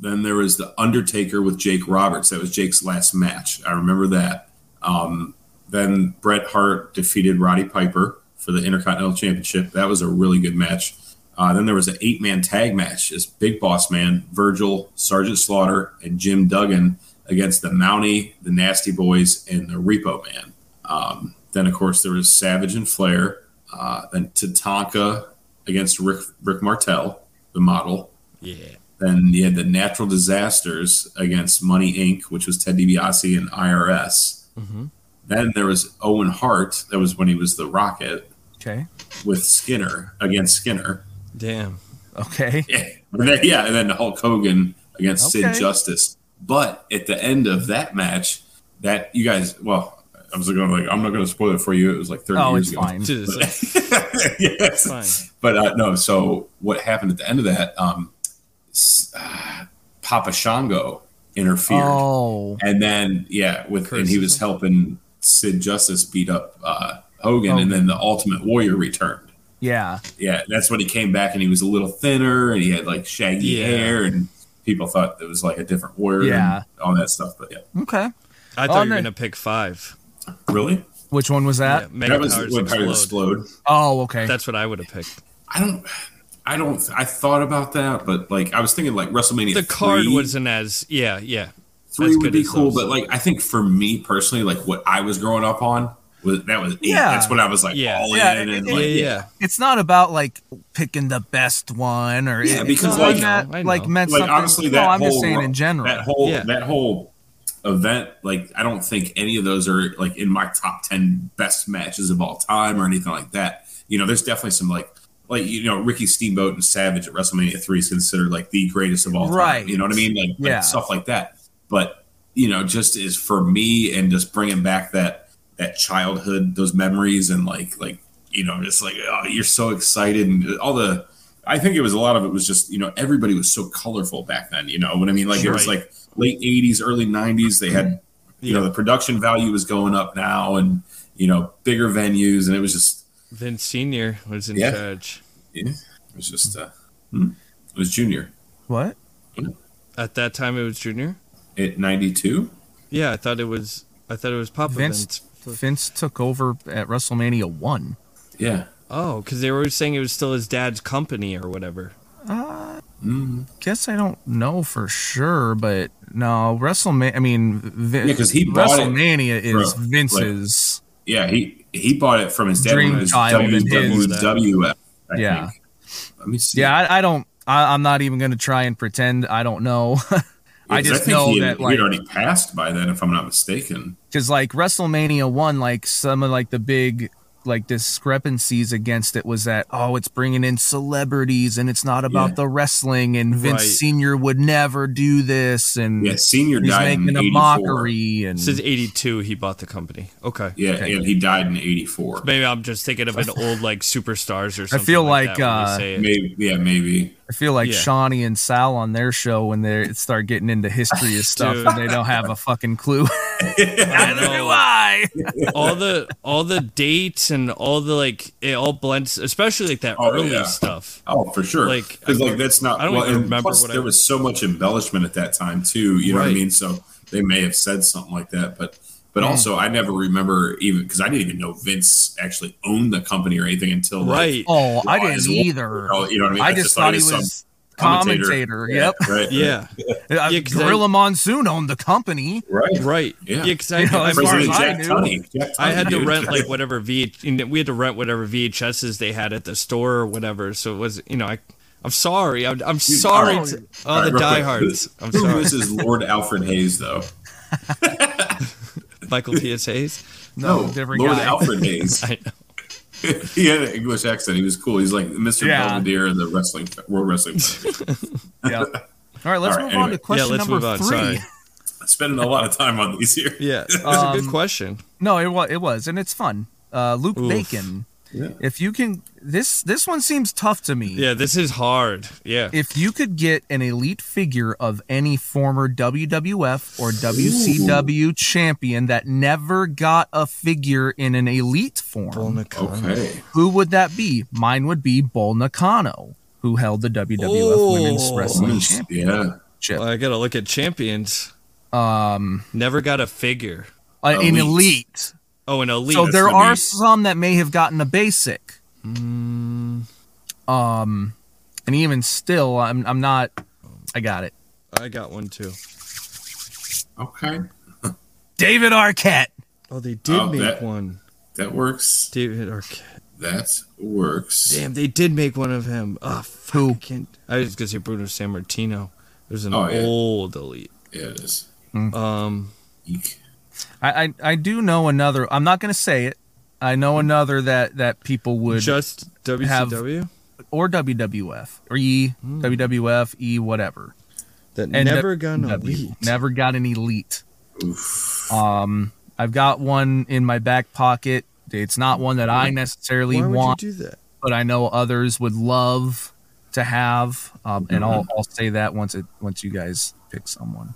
Then there was the Undertaker with Jake Roberts. That was Jake's last match. I remember that. Um, then Bret Hart defeated Roddy Piper for the Intercontinental Championship. That was a really good match. Uh, then there was an eight-man tag match: it's Big Boss Man, Virgil, Sergeant Slaughter, and Jim Duggan against the Mountie, the Nasty Boys, and the Repo Man. Um, then, of course, there was Savage and Flair. Uh, then Tatanka against Rick Rick Martel, the model. Yeah. Then you had the natural disasters against Money Inc., which was Ted DiBiase and IRS. Mm-hmm. Then there was Owen Hart. That was when he was the Rocket Okay. with Skinner against Skinner. *laughs* Damn. Okay. Yeah, and then, yeah, and then Hulk Hogan against Okay. Sid Justice. But at the end of that match, that you guys, well, I was going to like, I'm not going to spoil it for you. It was like 30 Oh, years it's ago. fine. Dude, it's like- *laughs* yes. Fine. But uh, no, so what happened at the end of that? Um, s- uh, Papa Shango interfered, Oh. and then yeah, with and he Curses was him. helping Sid Justice beat up uh, Hogan, and then the Ultimate Warrior returned. Yeah. Yeah, that's when he came back, and he was a little thinner, and he had like shaggy Yeah. hair, and people thought it was like a different warrior, Yeah. and all that stuff. But yeah, Okay. I thought Oh, you were no. going to pick five. really, Which one was that? Yeah, Mega that was Powers when Powers Explode. explode. Oh, okay. That's what I would have picked. I don't. I don't. I thought about that, but like I was thinking, like WrestleMania. The card 3. wasn't as yeah, yeah. three as would good be as cool, those. but like I think for me personally, like what I was growing up on was that was eight. Yeah. That's what I was like Yeah. all Yeah, in it- and it- like yeah, yeah. it's not about like picking the best one or Yeah, it- because, it's not like- that, I know, I like know. meant like something. honestly that no, I'm whole, just saying in general. that whole Yeah. that whole event like I don't think any of those are like in my top ten best matches of all time or anything like that. You know, there's definitely some like like you know Ricky Steamboat and Savage at WrestleMania three is considered like the greatest of all time. Right. You know what I mean? Like, like Yeah. stuff like that. But you know, just is for me and just bringing back that that childhood, those memories, and like like you know, just like oh, you're so excited and all the. I think it was a lot of it was just you know everybody was so colorful back then. You know what I mean? Like it was Right. like late '80s, early '90s. They had you know the production value was going up now, and you know bigger venues, and it was just Vince Senior was in Yeah. charge it was just uh, hmm, it was Junior what? at that time. It was Junior. at '92. Yeah, I thought it was. I thought it was Papa Vince Vince. Vince took over at WrestleMania one. Yeah, Oh, because they were saying it was still his dad's company or whatever. Guess I don't know for sure, but no WrestleMania. I mean, Vin- Yeah, 'cause he bought it WrestleMania is from, like- Vince's. Yeah, he he bought it from his dad Dream when it was child and his- WWF. I Yeah. think. Let me see. yeah, I, I don't. I, I'm not even going to try and pretend I don't know. *laughs* I 'cause just think know he had, that like he'd already passed by then, if I'm not mistaken. because like WrestleMania one, like some of like the big like discrepancies against it was that oh, it's bringing in celebrities and it's not about Yeah. the wrestling and Vince Right. Senior would never do this and Yeah, senior he's died in making a 84. mockery and This is '82. He bought the company. Okay. Yeah, and he died in '84. Maybe I'm just thinking of an old like superstars or something. I feel like, that when we uh, say it. Maybe, yeah, maybe. I feel like Yeah. Shawnee and Sal on their show when they start getting into history *laughs* and stuff, Dude. and they don't have a fucking *laughs* clue. I Neither do know. I. all the all the dates and all the like it all blends especially like that Oh, early yeah. stuff Oh, for sure. Like, because like that's not. I don't well, even and remember plus, what I- there was so much embellishment at that time too. You know what I Right. Mm. mean? So they may have said something like that, but but also I never remember even because I didn't even know Vince actually owned the company or anything until like, right Oh, I Raw didn't is- either. Oh, you know what I mean? I That's just just like thought he some was commentator. Yep. Right. yeah Uh, *laughs* Yeah, 'cause I- Gorilla Monsoon owned the company. Right. right Yeah. yeah because I, know, I as far as President remember- I Jack knew. Tunney. Jack I had to Tunney, rent dude. *laughs* like whatever V we had to rent whatever VHSs they had at the store or whatever so it was you know I I'm sorry I'm, I'm sorry all right. to All all right, the real quick. diehards Who- I'm *laughs* who sorry This is Lord Alfred Hayes, though. *laughs* Michael T.S. Hayes No, No, different Lord guy. *laughs* Alfred Hayes. *laughs* I know he had an English accent. He was cool. He's like Mr. Yeah. Belvedere in the wrestling World *laughs* Wrestling. Federation. Yep. *laughs* All right, let's All right, move on anyway. to yeah question let's number move on three. sorry Spending a lot of time on these here. yeah Um, it was a good question *laughs* No, it was it was, and it's fun. Uh, Luke Oof. Bacon. Yeah. If you can, this this one seems tough to me. yeah this is hard yeah If you could get an elite figure of any former WWF or WCW champion that never got a figure in an elite form, Okay. who would that be? Mine would be Bull Nakano, who held the WWF Women's Oh. Wrestling Yeah. Championship. Well, I gotta look at champions Um, never got a figure uh, an Elite. elite. oh an elite So there gonna are be- some that may have gotten a basic. Um, and even still, I'm I'm not. I got it. I got one too. Okay. David Arquette. Oh, they did Oh, make that- one. That works. David Arquette. That works. Damn, they did make one of him. Oh, Who? fucking. I was gonna say Bruno San Martino. There's an Oh, yeah. old elite. Yeah, it is. Um, Eek. I, I I do know another. I'm not going to say it. I know Hmm. another that that people would just WCW or WWF or E WWF E whatever. that And Hmm. never got an W- elite. Never got an elite. Um, I've got one in my back pocket. It's not one that I necessarily Why would want. you do that? but I know others would love to have. Um, Mm-hmm. and I'll, I'll say that once it once you guys pick someone.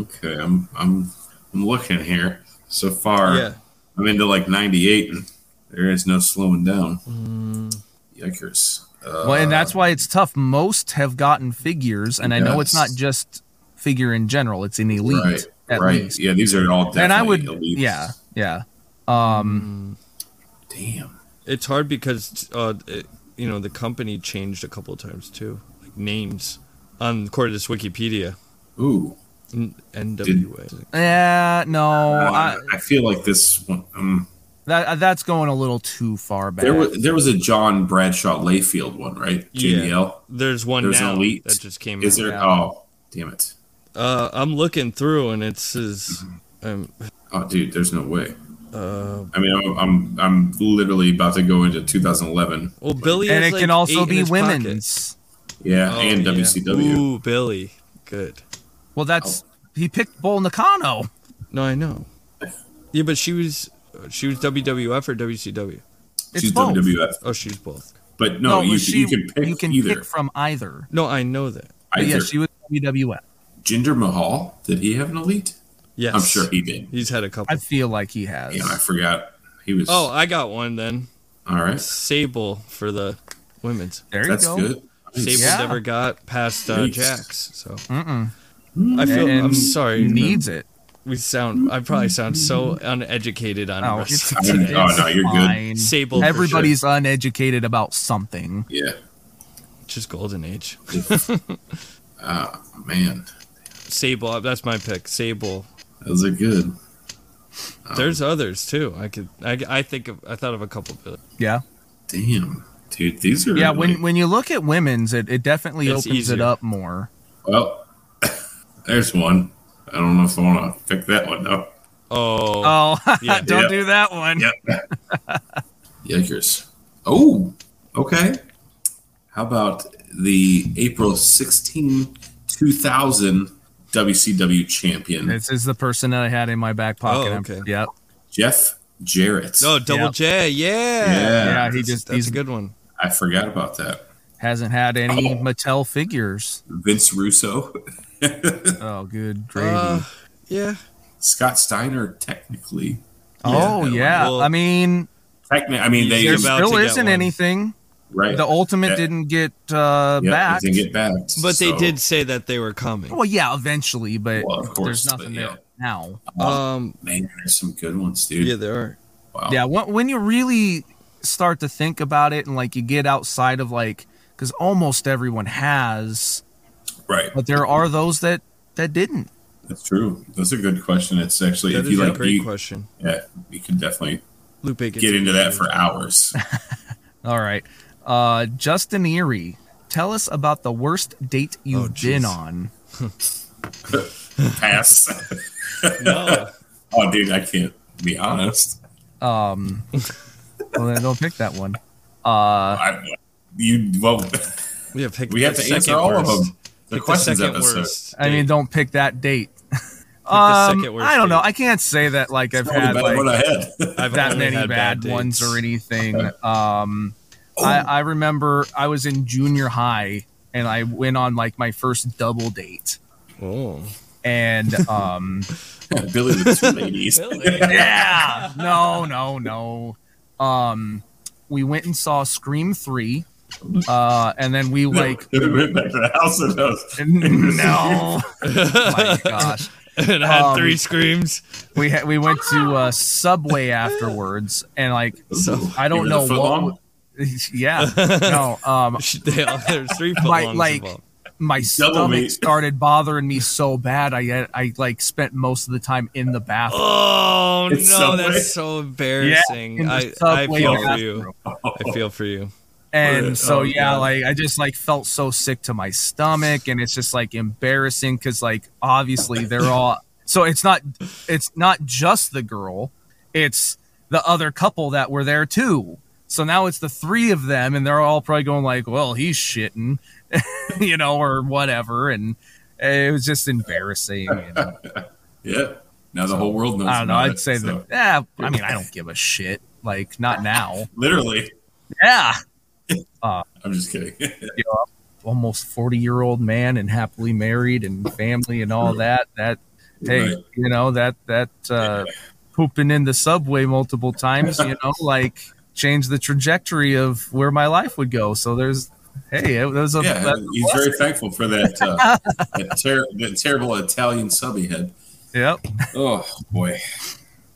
Okay. I'm I'm I'm looking here. So far, Yeah. I'm into like 98, and there is no slowing down. Mm. Yikers. Uh, well, and that's why it's tough. Most have gotten figures, and I know it's not Yes. just figure in general; it's an elite right. at Right. least. Yeah. These are all. Definitely and I would, elites. yeah, yeah. Um, Damn. It's hard because uh, it, you know the company changed a couple of times too, like names on according to this Wikipedia. Ooh. N- NWA. yeah, Eh, no, I, Uh, I feel like this one. Um, that uh, that's going a little too far back. there was there was a John Bradshaw Layfield one, right? JBL. There's one There's an now elite. that just came Is out. there? Yeah. Oh, damn it. Uh, I'm looking through and it says um, Oh, dude, there's no way. Uh, I mean, I'm, I'm I'm literally about to go into 2011. Well, Billy, and it has, can like, also eight in be his pocket. women's. Yeah, Oh, and yeah. WCW. Ooh, Billy, good. Well, Oh. that's he picked Bull Nakano. No, *laughs* I know. Yeah, but she was she was WWF or WCW. It's She's both. WWF, Oh, she's both. but no, you, she- you can pick you can either. pick from either. No, I know that. But either. yeah, she was E. WWF. Jinder Mahal. Did he have an elite? Yes, I'm sure he did. he's had a couple. I feel like he has. Yeah, I forgot. He was. uh, Oh, I got one then. all right. Sable for the women's. there you That's go. good. Sable Yeah. never got past uh, Jeez. Jax, so Mm-mm. I feel. I'm And sorry. Needs it. We sound. I probably sound so uneducated on Oh, it's, wrestling. I mean, oh, no, you're good. fine. Sable. for Everybody's uneducated about something. Yeah. sure. just golden age. Oh, Man, Sable. uh, That's my pick. Sable. those are good. There's Oh. others too. I could. I, I think. Of, I thought of a couple. Of Yeah. Damn, dude, these are. Yeah. When like- when you look at women's, it, it definitely It's opens it easier. up more. well, *laughs* there's one. I don't know if I want to pick that one though. oh, Oh, *laughs* Yeah. don't Yeah. do that one. Yeah. Yikers. Oh, okay. How about the April 16, 2000 WCW champion, This is the person that I had in my back pocket. Oh, I'm- okay. Yep. Jeff Jarrett? no, Oh, double yeah. J. Yeah. Yeah. Yeah. he That's- just That's he's a good one. I forgot about that. hasn't had any Oh. Mattel figures. Vince Russo, *laughs* Oh, good gravy. Uh, Yeah. Scott Steiner, technically. oh yeah, well- I mean Techni- I mean, they You're there about still to get isn't one. anything. right. The ultimate Yeah. didn't get uh, Yep, back. They didn't get back. But they so- did say that they were coming. Well, yeah, eventually, but Well, of course, there's nothing but there yeah. now. Um, Man, there's some good ones, dude. yeah, there are. wow. Yeah, when, when you really start to think about it, and like you get outside of like, because almost everyone has, Right. but there are those that that didn't. That's true. That's a good question. It's actually That if is you a like, great you, question. yeah, we can definitely Lupe gets get into that for *laughs* hours. All right, uh, Justin Erie, tell us about the worst date you've Oh, jeez. been on. Pass. *laughs* oh, dude, I can't be honest. Well, then don't pick that one. Uh, I, you well, Yeah, pick we the have to answer second all of worst. them. The Pick questions second episode. worst I mean, date. don't pick that date. Pick the Um, second worst I don't know. date. I can't say that like I've Probably had better like, one I had. *laughs* I've that only many had bad, dates. ones or anything. Um, I, I remember I was in junior high and I went on like my first double date. *laughs* Oh. And um, Billy the two ladies. *laughs* yeah, no, no, no. Um, we went and saw Scream 3. Uh, and then we *laughs* like, we went back to the house and I was- *laughs* no, my gosh. and had Um, three *laughs* screams. We, ha- we went to uh, Subway afterwards and like, *laughs* I don't Even know the foot what- long? yeah, no, um, They all- There's three foot My, longs like- involved. my stomach meat. started bothering me so bad. I I like spent most of the time in the bathroom. Oh no, It's Subway. that's so embarrassing. in the I, I Subway feel for bathroom. you. *laughs* I feel for you. And so Oh, yeah, God. like I just like felt so sick to my stomach, and it's just like embarrassing because like obviously *laughs* they're all. So it's not it's not just the girl, it's the other couple that were there too. So now it's the three of them, and they're all probably going like, "Well, he's shitting," *laughs* you know, or whatever, and it was *laughs* just embarrassing. you know. Yeah. Now the whole world knows. I don't know. about I'd it, say so. that. Yeah, I mean, I don't give a shit. Like, not now. Literally. Yeah, I'm just kidding. *laughs* almost forty-year-old man and happily married and family and all that. That hey, Right. you know that that uh, pooping in the subway multiple times. You know, like changed the trajectory of where my life would go. So there's hey, it was a yeah, that- he's very thankful for that *laughs* uh, that, ter- that terrible Italian sub he had. yep. Oh boy,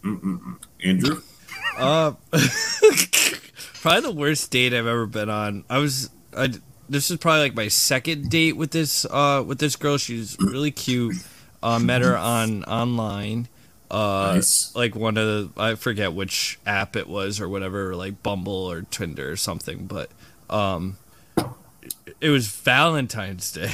Mm-mm-mm. Andrew. Uh, *laughs* probably the worst date I've ever been on. I was I this is probably like my second date with this uh with this girl. She's really cute. Uh, met her on online. Uh, Nice. like one of the I forget which app it was or whatever, like Bumble or Tinder or something. But um, it was Valentine's Day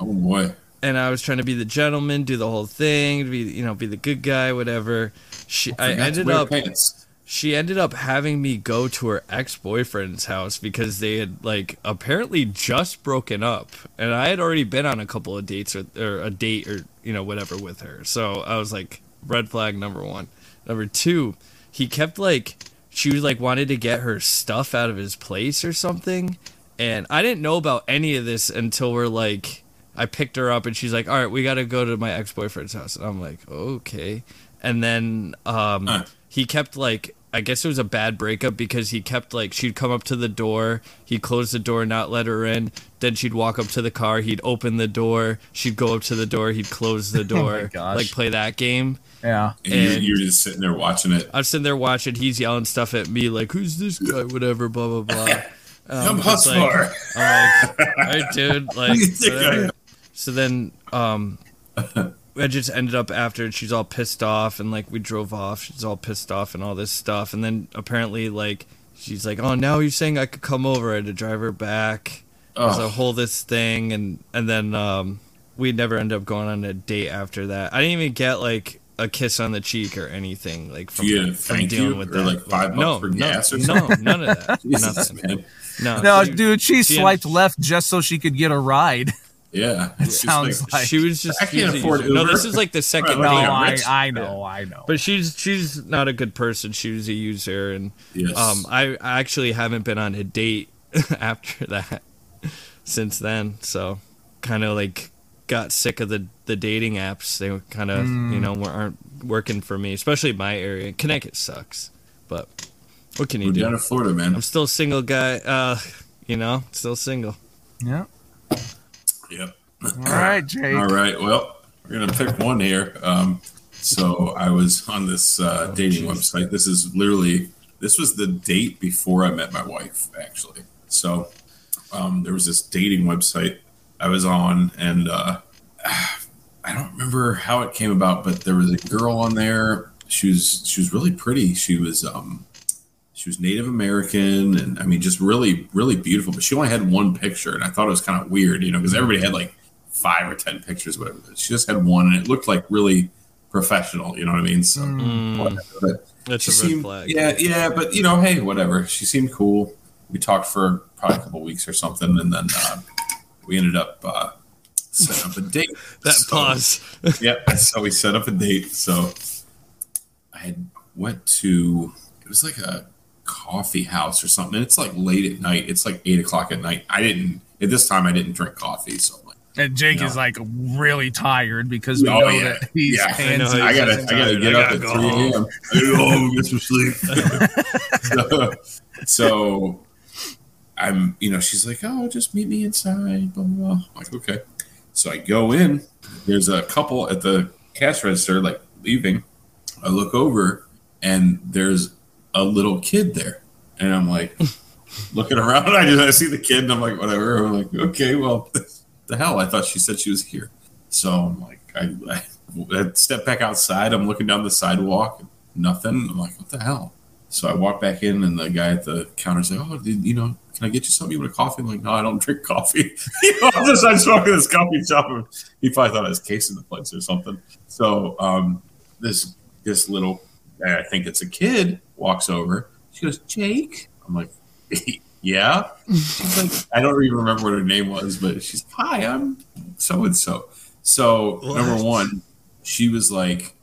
Oh boy. and I was trying to be the gentleman, do the whole thing, be you know, be the good guy, whatever. She, I Forgot to ended wear up, pants. she ended up having me go to her ex boyfriend's house because they had like apparently just broken up, and I had already been on a couple of dates with, or a date or you know whatever with her. So I was like, red flag number one. Number two, he kept like she was like wanted to get her stuff out of his place or something, and I didn't know about any of this until we're like, I picked her up and she's like, all right, we got to go to my ex boyfriend's house. And I'm like, okay. And then um, he kept like, I guess it was a bad breakup because he kept like, she'd come up to the door. He'd close the door, not let her in. Then she'd walk up to the car. He'd open the door. She'd go up to the door. He'd close the door. gosh. like, play that game. Yeah. And you, And- you're just sitting there watching it. I'm sitting there watching. He's yelling stuff at me like, "Who's this guy?" Whatever, blah blah blah. Come Um, It's like- hustler. I'm like, all right, *laughs* dude. Like, You think I whatever. am? so then, *laughs* um, I just ended up after, and she's all pissed off, and like we drove off. She's all pissed off and all this stuff, and then apparently, like, she's like, "Oh, now you're saying I could come over?" I had to drive her back. So Oh, hold this thing, and and then um, we never end up going on a date after that. I didn't even get like a kiss on the cheek or anything like from, Do you get a from thank dealing you with or, that. like, five bucks no, for no, gas or *laughs* no, none of that. Jesus, Nothing. man. No, No, she- dude, she she- swiped left just so she could get a ride. Yeah. It's just sounds like- She was just. I can't using- afford No, Uber. this is like the second Right, No, Yeah, date. I, Rich. I know, I know. But she's she's not a good person. She was a user, and Yes. um, I, I actually haven't been on a date *laughs* after that. since then. So kind of like got sick of the the dating apps. They were kind of you Mm. know weren't working for me, especially my area. Connecticut sucks, but what can you We're down do? in Florida, man. I'm still a single guy. Uh, you know, still single. Yeah. Yep. All right, Jake. All right. Well, we're gonna pick one here. Um, so I was on this uh, dating website. This is literally this was the date before I met my wife, actually. So um, there was this dating website I was on, and uh, *sighs* I don't remember how it came about, but there was a girl on there. She was she was really pretty. She was um, she was Native American, and I mean, just really really beautiful. But she only had one picture, and I thought it was kind of weird, you know, because everybody had like five or ten pictures, whatever. She just had one, and it looked like really professional. You know what I mean? So, whatever, but That's she a red seemed, flag. yeah, yeah, but you know, hey, whatever. She seemed cool. We talked for probably a couple weeks or something, and then uh, we ended up uh, setting *laughs* up a date. That So- pause. *laughs* Yep. So we set up a date. So I had went to it was like a coffee house or something. And it's like late at night. It's like eight o'clock at night. I didn't at this time. I didn't drink coffee, so I'm like. And Jake No. is like really tired because we Oh, know yeah. that he's Yeah, I know. handsy. I gotta, I gotta get up gotta at go three a.m. I gotta go home and get some sleep. so, *laughs* so I'm, you know, she's like, "Oh, just meet me inside." Blah blah. blah. I'm like, okay. So I go in. There's a couple at the cash register, like leaving. I look over, and there's a little kid there, and I'm *laughs* like, looking around. I just, I see the kid, and I'm like, whatever. I'm like, okay, well, *laughs* the hell. I thought she said she was here. So I'm like, I, I, I step back outside. I'm looking down the sidewalk, nothing. I'm like, what the hell? So I walk back in, and the guy at the counter's like, oh, did, you know, can I get you something? You want a coffee? I'm like, no, I don't drink coffee. *laughs* you know, I'm just I'm smoking this coffee shop. And He probably thought I was casing the place or something. So um, this this little, I think it's a kid, walks over. She goes, Jake. I'm like, *laughs* yeah. She's like, I don't even remember what her name was, but she's, hi, I'm so and so. So number one, she was like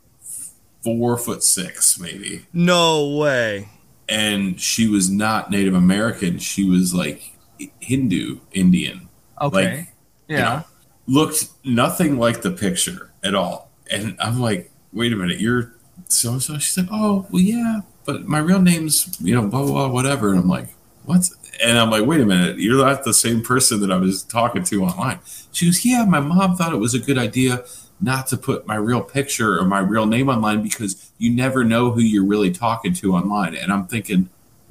four foot six, maybe, No way. and she was not Native American. She was like Hindu Indian. okay. like, yeah. You know, looked nothing like the picture at all. And I'm like, wait a minute, you're so and so. She's like, oh, well, yeah, but my real name's, you know, blah, blah, blah, whatever. And I'm like, what? And I'm like, wait a minute, you're not the same person that I was talking to online. She goes, yeah, my mom thought it was a good idea not to put my real picture or my real name online because you never know who you're really talking to online. And I'm thinking,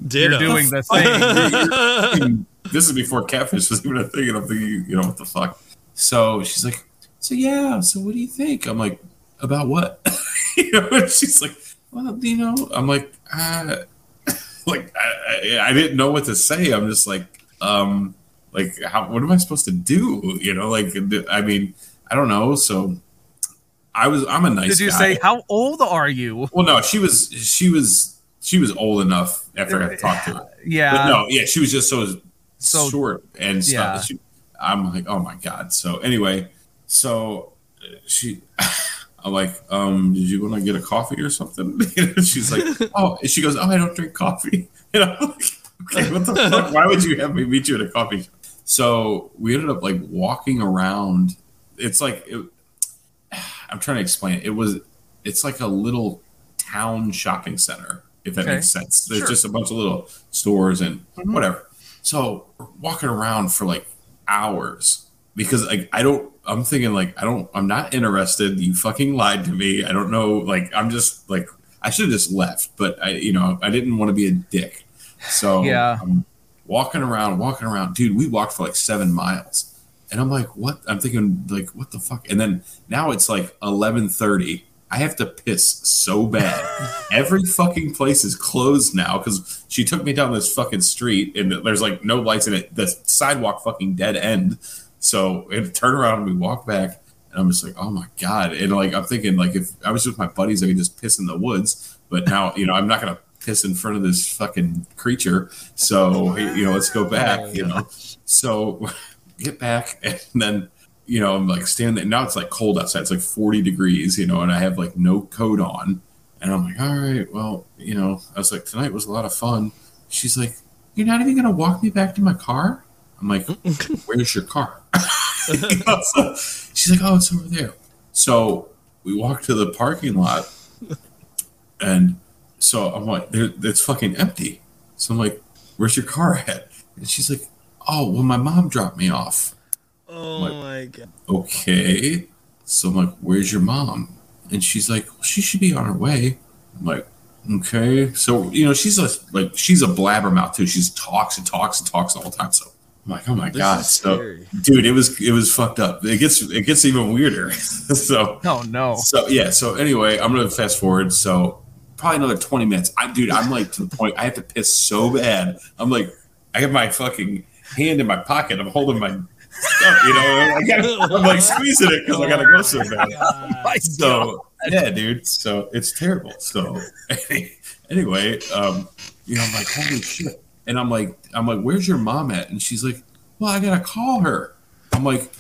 Ditto. You're doing *laughs* the thing. and *laughs* this is before catfish was even a thing, and I'm thinking, you know, what the fuck? So she's like, so yeah, so what do you think? I'm like, about what? *laughs* you know, and she's like, well, you know, I'm like, uh, *laughs* like I, I, I didn't know what to say. I'm just like, um, like how? What am I supposed to do? You know, like I mean, I don't know. So I was, I'm a nice. Did you guy. say how old are you? Well, no, she was, she was, she was old enough after I talked to her. But Yeah. no, yeah, she was just so, So- short and stuff. yeah. She- I'm like, oh my god. So anyway, so uh, she, *laughs* I'm like, um, did you want to get a coffee or something? *laughs* And She's *laughs* like, oh, and she goes, oh, I don't drink coffee. *laughs* And I'm like, okay, what the fuck? Why would you have me meet you at a coffee shop? So we ended up like walking around. It's like it, *sighs* I'm trying to explain. It was, it's like a little town shopping center, if that Okay. makes sense. There's Sure. Mm-hmm. just a bunch of little stores and whatever. So we're walking around for like hours because like I don't. I'm thinking like I don't. I'm not interested. You fucking lied to me. I don't know. Like I'm just like I should have just left, but I you know I didn't want to be a dick. So Yeah. I'm walking around, walking around, dude. We walked for like seven miles. And I'm like, what? I'm thinking, like, what the fuck? And then now it's like 11:30. I have to piss so bad. Every fucking place is closed now because she took me down this fucking street and there's like no lights in it. The sidewalk fucking dead end. So it turn around and we walk back. And I'm just like, oh my god! And like, I'm thinking, like, if I was with my buddies, I could just piss in the woods. But now, you know, I'm not gonna piss in front of this fucking creature. So you know, let's go back. You know, so get back, *laughs* and then you know, I'm like standing there. Now it's like cold outside. It's like 40 degrees, you know, and I have like no coat on. And I'm like, all right, well, you know, I was like, tonight was a lot of fun. She's like, you're not even going to walk me back to my car? I'm like, where's your car? *laughs* You know, so she's like, oh, it's over there. So we walk to the parking lot, and so I'm like, there, it's fucking empty. So I'm like, where's your car at? And she's like, oh, well, my mom dropped me off. Oh Like- my god. Okay. So I'm like, where's your mom? And she's like, well, she should be on her way. I'm like, okay. So, you know, she's a, like, she's a blabbermouth too. She just talks and talks and talks the whole time. So I'm like, oh my This God. is So, scary. dude, it was, it was fucked up. It gets, it gets even weirder. *laughs* so, Oh *laughs* no. so yeah. So anyway, I'm gonna fast forward. So probably another 20 minutes. I dude, I'm like to the point. I have to piss so bad. I'm like, I have my fucking hand in my pocket. I'm holding my stuff. You know, I gotta, I'm like squeezing it because I gotta go so bad. So yeah, dude. So it's terrible. So *laughs* anyway, um, you know, I'm like, holy shit. And I'm like, I'm like, where's your mom at? And she's like, well, I gotta call her. I'm like,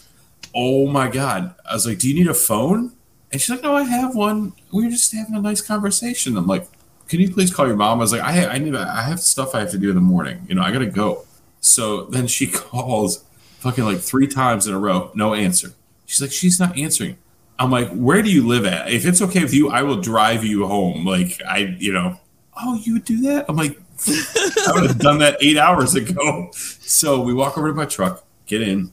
oh my god. I was like, do you need a phone? And she's like, no, I have one. We were just having a nice conversation. I'm like, can you please call your mom? I was like, I, I need, to- I have stuff I have to do in the morning. You know, I gotta go. So then she *laughs* calls, fucking like three times in a row, no answer. She's like, she's not answering. I'm like, where do you live at? If it's okay with you, I will drive you home. Like I, you know, oh, you would do that? I'm like, I would have done that eight hours ago. So we walk over to my truck, get in.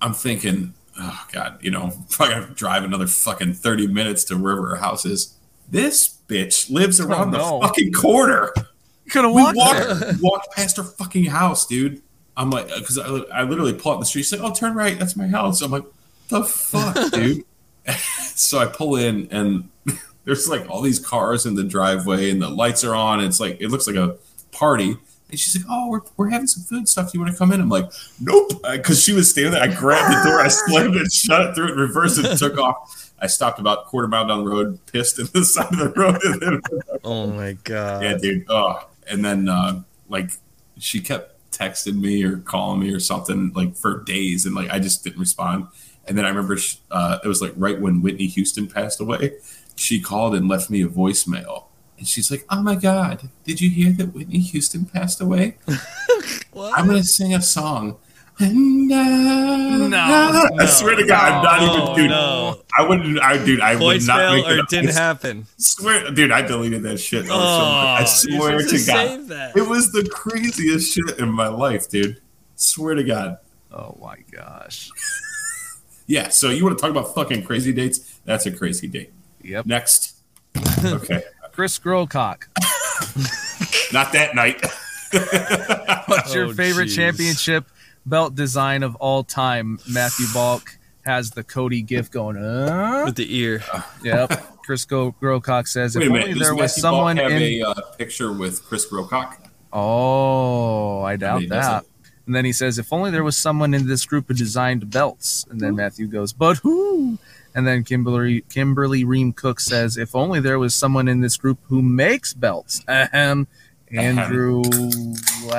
I'm thinking, oh god, you know, *laughs* I gotta drive another fucking 30 minutes to wherever her house is. This bitch lives around no. the fucking corner. Could have We walked *laughs* there. walked, walked past her fucking house, dude. I'm like, because I, I literally pull up the street. She's like, oh, turn right. That's my house. I'm like, the fuck, dude. *laughs* so I pull in, and *laughs* there's like all these cars in the driveway, and the lights are on. And it's like, it looks like a party. And she's like, oh, we're, we're having some food and stuff. Do you want to come in? I'm like, nope. Because she was standing there. I grabbed the door, I slammed it, shut it, threw it in reverse, and took off. I stopped about a quarter mile down the road, pissed in the *laughs* side of the road, and then Oh my god. yeah, dude. Oh, and then uh, like she kept texting me or calling me or something like for days, and like I just didn't respond. And then I remember sh- uh, it was like right when Whitney Houston passed away. She called and left me a voicemail, and she's like, "Oh my God, did you hear that Whitney Houston passed *laughs* away? What? I'm gonna sing a song." And I, No, I swear to God, I'm not no, Oh, even, dude. no. I wouldn't, I, dude, I would not Voicemail make or it it up. didn't I happen. swear, dude, I deleted that shit. Oh, I you're swear supposed to to God, save that. it was the craziest shit in my life, dude. Swear to God. Oh my gosh. Yeah. So you want to talk about fucking crazy dates? That's a crazy date. Yep. Next. *laughs* Okay. Chris Grocock. Not that night. What's Oh, your favorite jeez. championship belt design of all time? Matthew Balk has the Cody gif going. Uh, With the ear. yep. Chris Go- Grocock says, Wait if a only minute. there Does was Matthew someone Ball have in. a uh, picture with Chris Grocock? Oh, I doubt he doesn't. that. And then he says, if only there was someone in this group who designed belts. And then Matthew goes, but who? And then Kimberly Kimberly Ream Cook says, if only there was someone in this group who makes belts. *laughs* Ahem. Andrew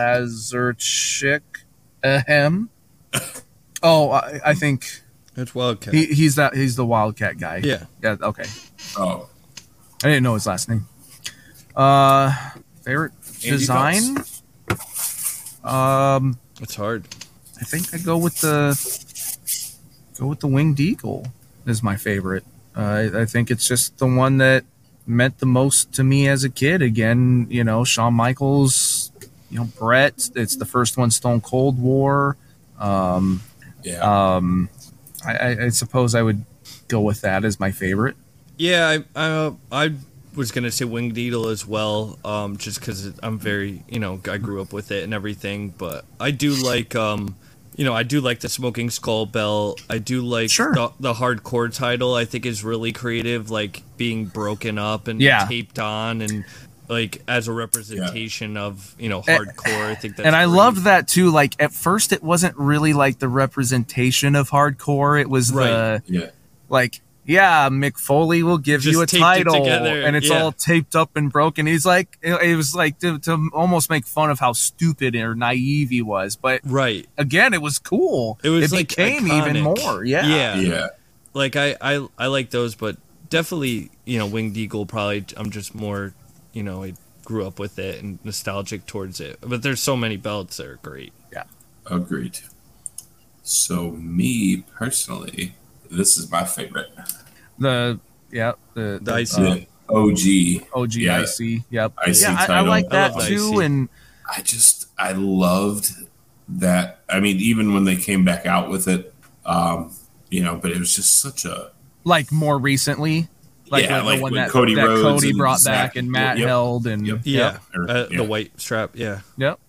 Lazarchik. *laughs* Ahem. Oh, I, I think It's Wildcat. he, he's that he's the Wildcat guy. Yeah. Yeah. Okay. Oh, I didn't know his last name. Uh, favorite Andy design. Um, it's hard. I think I go with the go with the winged eagle is my favorite. Uh, I, I think it's just the one that meant the most to me as a kid. Again, you know, Shawn Michaels, you know, Brett. It's the first one Stone Cold War. Um, yeah. um, I, I, I suppose I would go with that as my favorite. Yeah, I I, uh, I was gonna say Winged Eagle as well, um, just because I'm very you know I grew up with it and everything. But I do like um, you know I do like the Smoking Skull Bell. I do like Sure. the, the hardcore title. I think is really creative, like being broken up and Yeah. taped on and. Like as a representation of you know And- hardcore, I think that's and I great. loved that too. Like at first, it wasn't really like the representation of hardcore. It was the Right. yeah. like, yeah, Mick Foley will give Just you a taped it title, together, and it's yeah. all taped up and broken. He's like, it, it was like to, to almost make fun of how stupid or naive he was. But right. again, it was cool. It was like became even iconic. more. Yeah, yeah, Yeah. like I, I I like those, but definitely you know Winged Eagle. Probably I'm just more you know I grew up with it and nostalgic towards it. But there's so many belts that are great. Agreed. So me personally, this is my favorite. The yeah, the, the Dice. uh, The OG. OG Yeah. IC. Yep. IC yeah, I, I title. like that I love too. IC. And I just I loved that. I mean, even when they came back out with it, um, you know, but it was just such a like more recently, like, Yeah, the- like the one when that Cody that Rhodes Cody and brought Zach- back and Matt yep. held and Yep. Yeah, Or- uh, yeah. the white strap. Yeah, yep.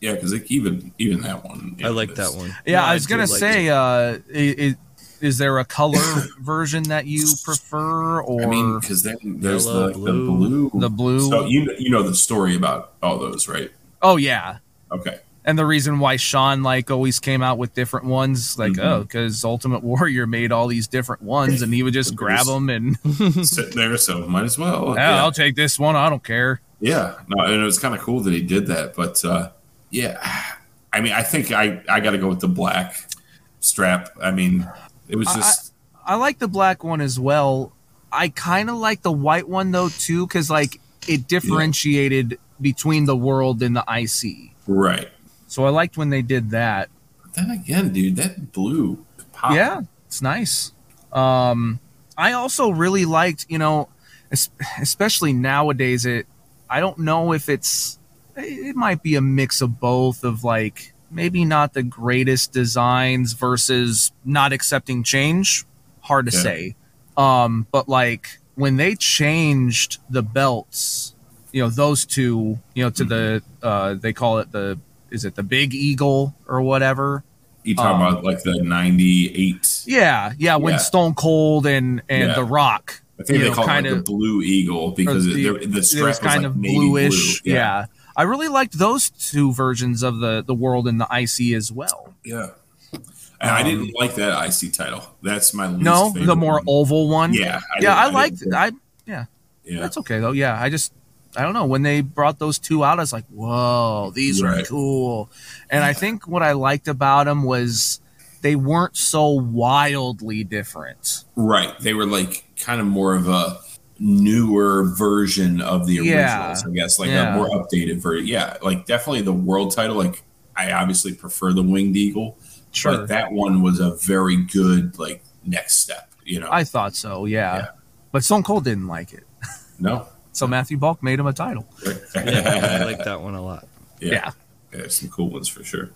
yeah, because like even even that one. you I know, like it's- that one. Yeah, No, I was do gonna like say, it. uh, i- i- is there a *laughs* color version that you prefer, or I mean, because then there's Yellow, the, blue. the blue, The blue. So you you know the story about all those, right? oh yeah, *laughs* Okay. and the reason why Sean like always came out with different ones, like Mhm. oh, because Ultimate *laughs* Warrior made all these different ones, and he would just grab them *laughs* and Sitting there, so might as well. "Oh, I'll take this one, I don't care. Yeah, no, and it was kind of cool that he did that, but uh, yeah, I mean, I think I I got to go with the black strap. I mean, it was just I like the black one as well. I kind of like the white one though too, because like it differentiated between the world and the IC. right. So I liked when they did that. But then again, dude, that blue, pop, Yeah, it's nice. Um, I also really liked, you know, es- especially nowadays. It, I don't know if it's, it might be a mix of both of like maybe not the greatest designs versus not accepting change. Hard to Yeah. say. Um, but like when they changed the belts, you know, those two, you know, to the uh, they call it the is it the big eagle or whatever. You talking about like the '98? Yeah, yeah, when Yeah. Stone Cold and and Yeah. The Rock, I think you they know, call it like kinda- the blue eagle because or the, the, it strap was kind like of navy bluish. blue. Yeah. I really liked those two versions of the the world and the IC as well. yeah. And I didn't like that IC title. That's my least Um, no, favorite the more one. oval one. Yeah, yeah, I didn't- I, didn't liked. care. I yeah, yeah. that's okay though. Yeah, I just I don't know when they brought those two out. I was like, whoa, these are Right. cool. And I think what I liked about them was they weren't so wildly different. Right. They were like kind of more of a newer version of the Yeah. originals, I guess, like Yeah. a more updated version. Yeah, like definitely the world title. Like I obviously prefer the Winged Eagle, but that one was a very good like next step. You know, I thought so. Yeah. Yeah. but Stone Cold didn't like it. no. So Matthew Balk made him a title. uh, yeah, I like that one a lot. Yeah. Yeah, some cool ones for sure.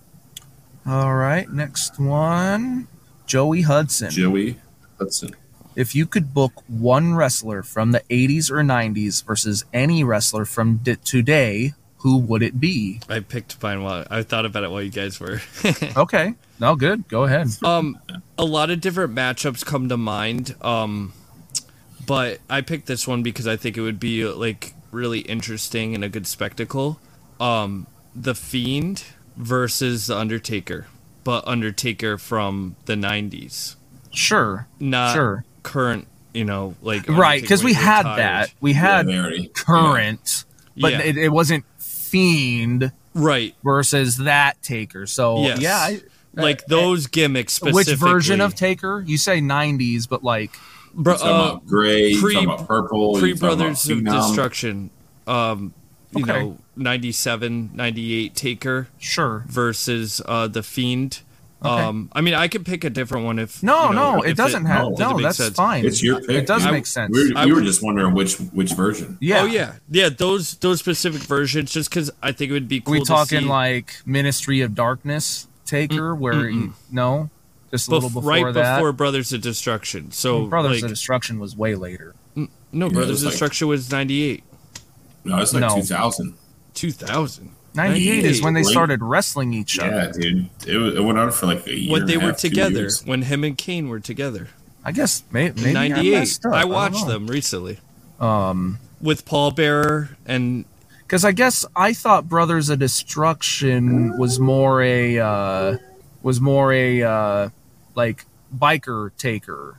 All right. Next one Joey Hudson. Joey Hudson. if you could book one wrestler from the 80s or 90s versus any wrestler from d- today, who would it be? I picked mine while I thought about it while you guys were. *laughs* Okay. No, good. Go ahead. um, a lot of different matchups come to mind. Um, but I picked this one because I think it would be like really interesting and a good spectacle. Um, the Fiend versus the Undertaker, but Undertaker from the '90s, Sure. not Sure. current. You know, like Right. Undertaker Because when we he had retired. that. We had Yeah, very. current, but Yeah. it, it wasn't Fiend right. versus that Taker. So, Yes. yeah. I, like those gimmicks Uh, which specifically. version of Taker? You say 90s, but like. Bro- You're talking uh, about gray, you're pre- talking about purple, pre you're talking about Brothers of Phenom. Destruction. Um, you Okay. know, 97, 98 Taker Sure. versus uh, the Fiend. Um, I mean, I could pick a different one if No, you know, no, if it doesn't have. no, No, does it make that's sense? fine. It's your pick. It does dude. make sense. We were, I we were would- just wondering which which version. yeah. Oh yeah, yeah. Those those specific versions, just because I think it would be cool. we to talking see- like Ministry of Darkness Taker, where you, no, just a bef- little before right that. before Brothers of Destruction. So Brothers like, of Destruction was way later. no, Yeah, it Brothers was of like- Destruction was ninety eight, No, it's like No. 2000. two thousand. 98, is when they late. started wrestling each other. Yeah, dude, it, wa- it went on for like a year. when and they a were half, two together, years. when him and Kane were together. I guess may, maybe I, 98. messed up. I don't watched know. them recently. Um, with Paul Bearer and because I guess I thought Brothers of Destruction was more a uh, was more a uh, like biker Taker.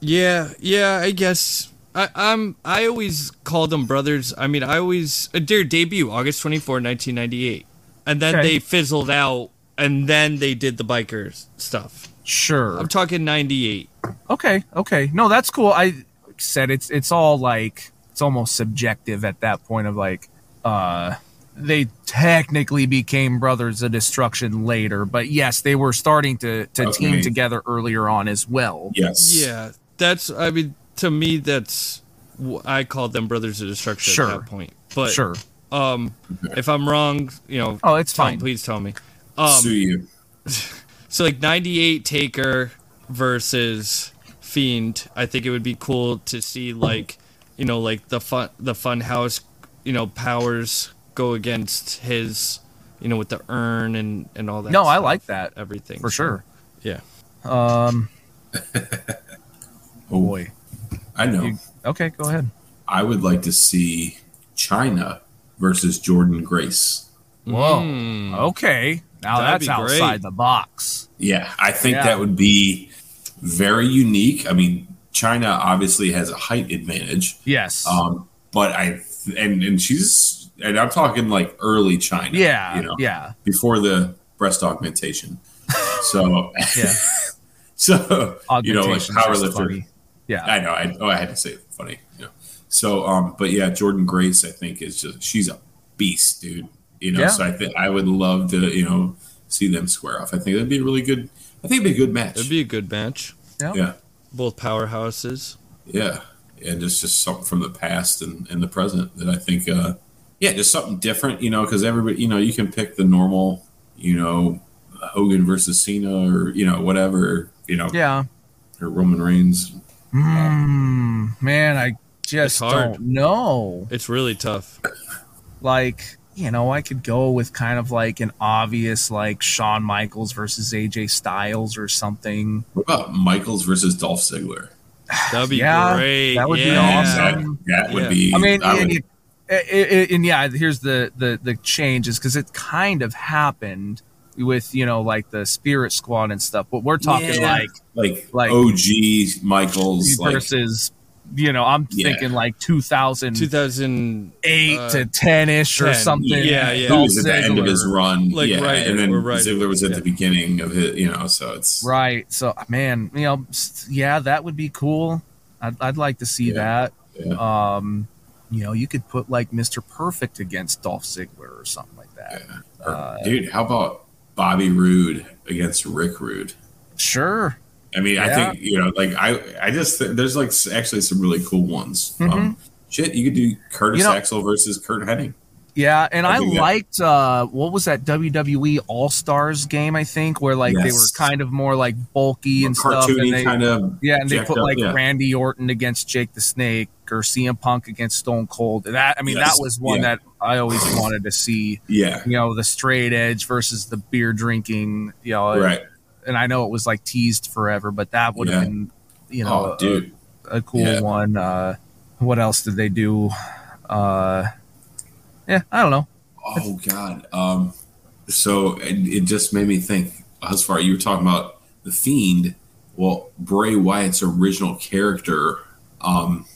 yeah, yeah. I guess I, I'm. I always called them brothers. I mean, I always uh, their debut August 24, 1998, and then Okay. they fizzled out, and then they did the bikers stuff. Sure. I'm talking 98. Okay, okay. No, that's cool. I said it's it's all like it's almost subjective at that point of like uh they technically became brothers of destruction later, but yes, they were starting to to Okay. team together earlier on as well. Yes. Yeah, that's. I mean, to me, that's. wh- I called them brothers of destruction Sure. at that point. But Sure. um, if I'm wrong, you know. Oh, it's tell- fine. Please tell me. Um, Sue you. so like 98 Taker versus Fiend. I think it would be cool to see like, you know, like the fun the Funhouse, you know, powers go against his, you know, with the urn and and all that. No, I stuff, like that everything for So, sure. Um, Yeah. Oh Boy. I know. Okay, go ahead. I would like to see China versus Jordan Grace. Whoa. Okay. Now Hmm. That'd that's be great. outside the box. Yeah, I think Yeah. that would be very unique. I mean, China obviously has a height advantage, Yes. um, but I and and she's and I'm talking like early China. yeah. you know, Yeah. before the breast augmentation. So Yeah. *laughs* so you know, like Augmentation's just powerlifter. funny. Yeah. I know. I oh, I had to say it funny. You know. So, um, but yeah, Jordan Grace, I think is just she's a beast, dude. You know, Yeah. so I think I would love to, you know, see them square off. I think that'd be a really good. I think it'd be a good match. It'd be a good match. yeah, Both powerhouses. yeah, and it's just something from the past and, and the present that I think, uh, yeah, just something different. You know, because everybody, you know, you can pick the normal, you know, Hogan versus Cena or you know whatever, you know, yeah. or Roman Reigns. Mm, man, I just hard. don't know. It's really tough. Like, you know, I could go with kind of like an obvious like Shawn Michaels versus AJ Styles or something. What about Michaels versus Dolph Ziggler? That'd be Yeah, great. that would be yeah. awesome. That, that would Yeah. be. I mean, would- and, and- and- and yeah, here's the the the change is because it kind of happened with you know like the Spirit Squad and stuff, but we're talking Yeah. like like, like- OG Michaels, like versus you know I'm Yeah. uh, thinking like 2008 2000 to 10 ish or 10, something. yeah, yeah. he Dolph was at the end of his Ziggler. run, Like, yeah, right, and then we're right. Ziggler was at Yeah. the beginning of his, you know, so it's Right. So man, you know, s- yeah, that would be cool. I'd, I'd like to see Yeah. that. Yeah. Um, you know, you could put like Mr. Perfect against Dolph Ziggler or something like that. or- dude. How about Bobby Roode against Rick Rude? Sure. I mean, I Yeah. think you know, like I, I just th- there's like s- actually some really cool ones. Um, shit, you could do Curtis Mm-hmm. You know- Axel versus Kurt Hennig. Yeah, and I I, think that- liked uh, what was that WWE All Stars game? I think where like they were Yes. kind of more like bulky and stuff, and Cartoony they kind of, yeah, and they jacked put up, like yeah. Randy Orton against Jake the Snake or CM Punk against Stone Cold. That I mean, Yes, that was one yeah. that I always wanted to see. yeah, You know, the straight edge versus the beer drinking. You know, right. and I know it was like teased forever, but that would have Yeah. been you know uh, Oh, dude, a cool Yeah. one. Uh, what else did they do? Uh, yeah, I don't know. *laughs* Oh God. Um, so it, it just made me think. Husfar, you were talking about the fiend. Well, Bray Wyatt's original character. Um,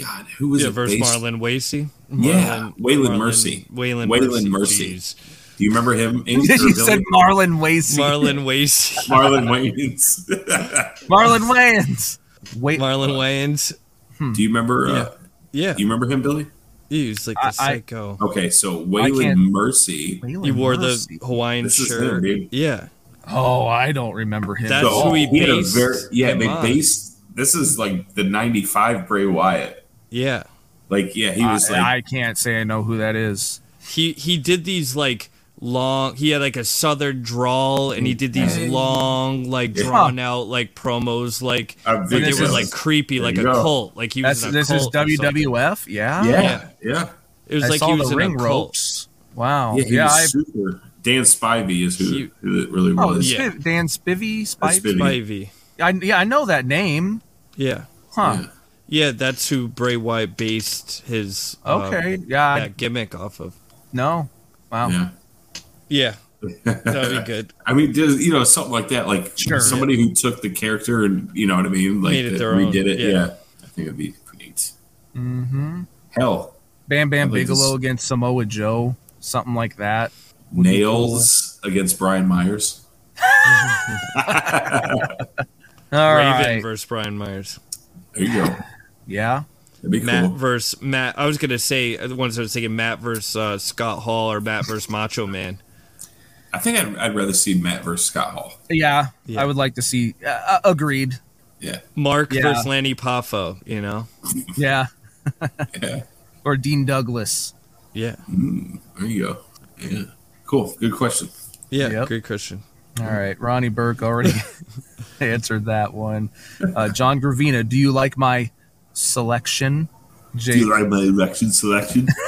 God, who was yeah, it? versus based- Marlon Wasey. Yeah, Waylon Marlon- Mercy. Waylon, Waylon Mercy. Mercy. jeez. Do you remember him? Ink, *laughs* or you Billy? said Marlon Wasey. Marlon Wasey. *laughs* Marlon *laughs* Wayans. *laughs* Marlon Wayans. Wait, Marlon Wayans. Do you remember? Uh, Yeah, do you remember him, Billy? he was like the I- I- psycho. Okay, so can't- Waylon Mercy. Waylon he wore Mercy. the Hawaiian Oh This is shirt. him, dude. yeah, Oh, I don't remember him. That's who he had a based yeah, him they on. based. This is like the '95 Bray Wyatt. yeah. Like, yeah, he I, was like I can't say I know who that is. He he did these like long. He had like a southern drawl, and he did these long, like drawn out, like promos, like I but think they this were is- like creepy, there like you a go. cult. Like he That's was. in a this is cult or something. WWF. Yeah, Yeah, yeah. It was I like saw he was the in a ring cult. ropes. Wow. Yeah, Oh, Yeah, he was I, super. Dan Spivey is who, He- who it really oh, was. yeah. Spiv- Dan Spivey, Spivey. Spivey. Spivey. I, yeah, I know that name. Yeah. Huh. Yeah, that's who Bray Wyatt based his uh, Okay. yeah. I- that gimmick off of. No. Wow. Yeah. *laughs* Yeah, that'd be good. I mean, there's, you know, something like that, like Sure. somebody who took the character and you know what I mean, like Made it that their redid own, it. yeah. Yeah. I think it'd be pretty neat. Mm-hmm. Hell, Bam Bam I think Bigelow this- against Samoa Joe, something like that. nails against Brian Myers. All right. Raven versus Brian Myers. There you go. Yeah. That'd be Matt cool. versus Matt. I was gonna say uh, the ones I was thinking Matt versus uh, Scott Hall or Matt versus Macho Man. I think I'd, I'd rather see Matt versus Scott Hall. Yeah, Yeah. I would like to see. Uh, Uh, agreed. Yeah. Mark Yeah. versus Lanny Poffo. You know. Yeah, *laughs* Yeah. or Dean Douglas. Yeah. There you go. Yeah. Cool. Good question. Yeah. Yep. Good question. All right, Ronnie Burke *laughs* already answered that one. Uh, John Gravina, do you like my selection? Jay, like my election selection? *laughs*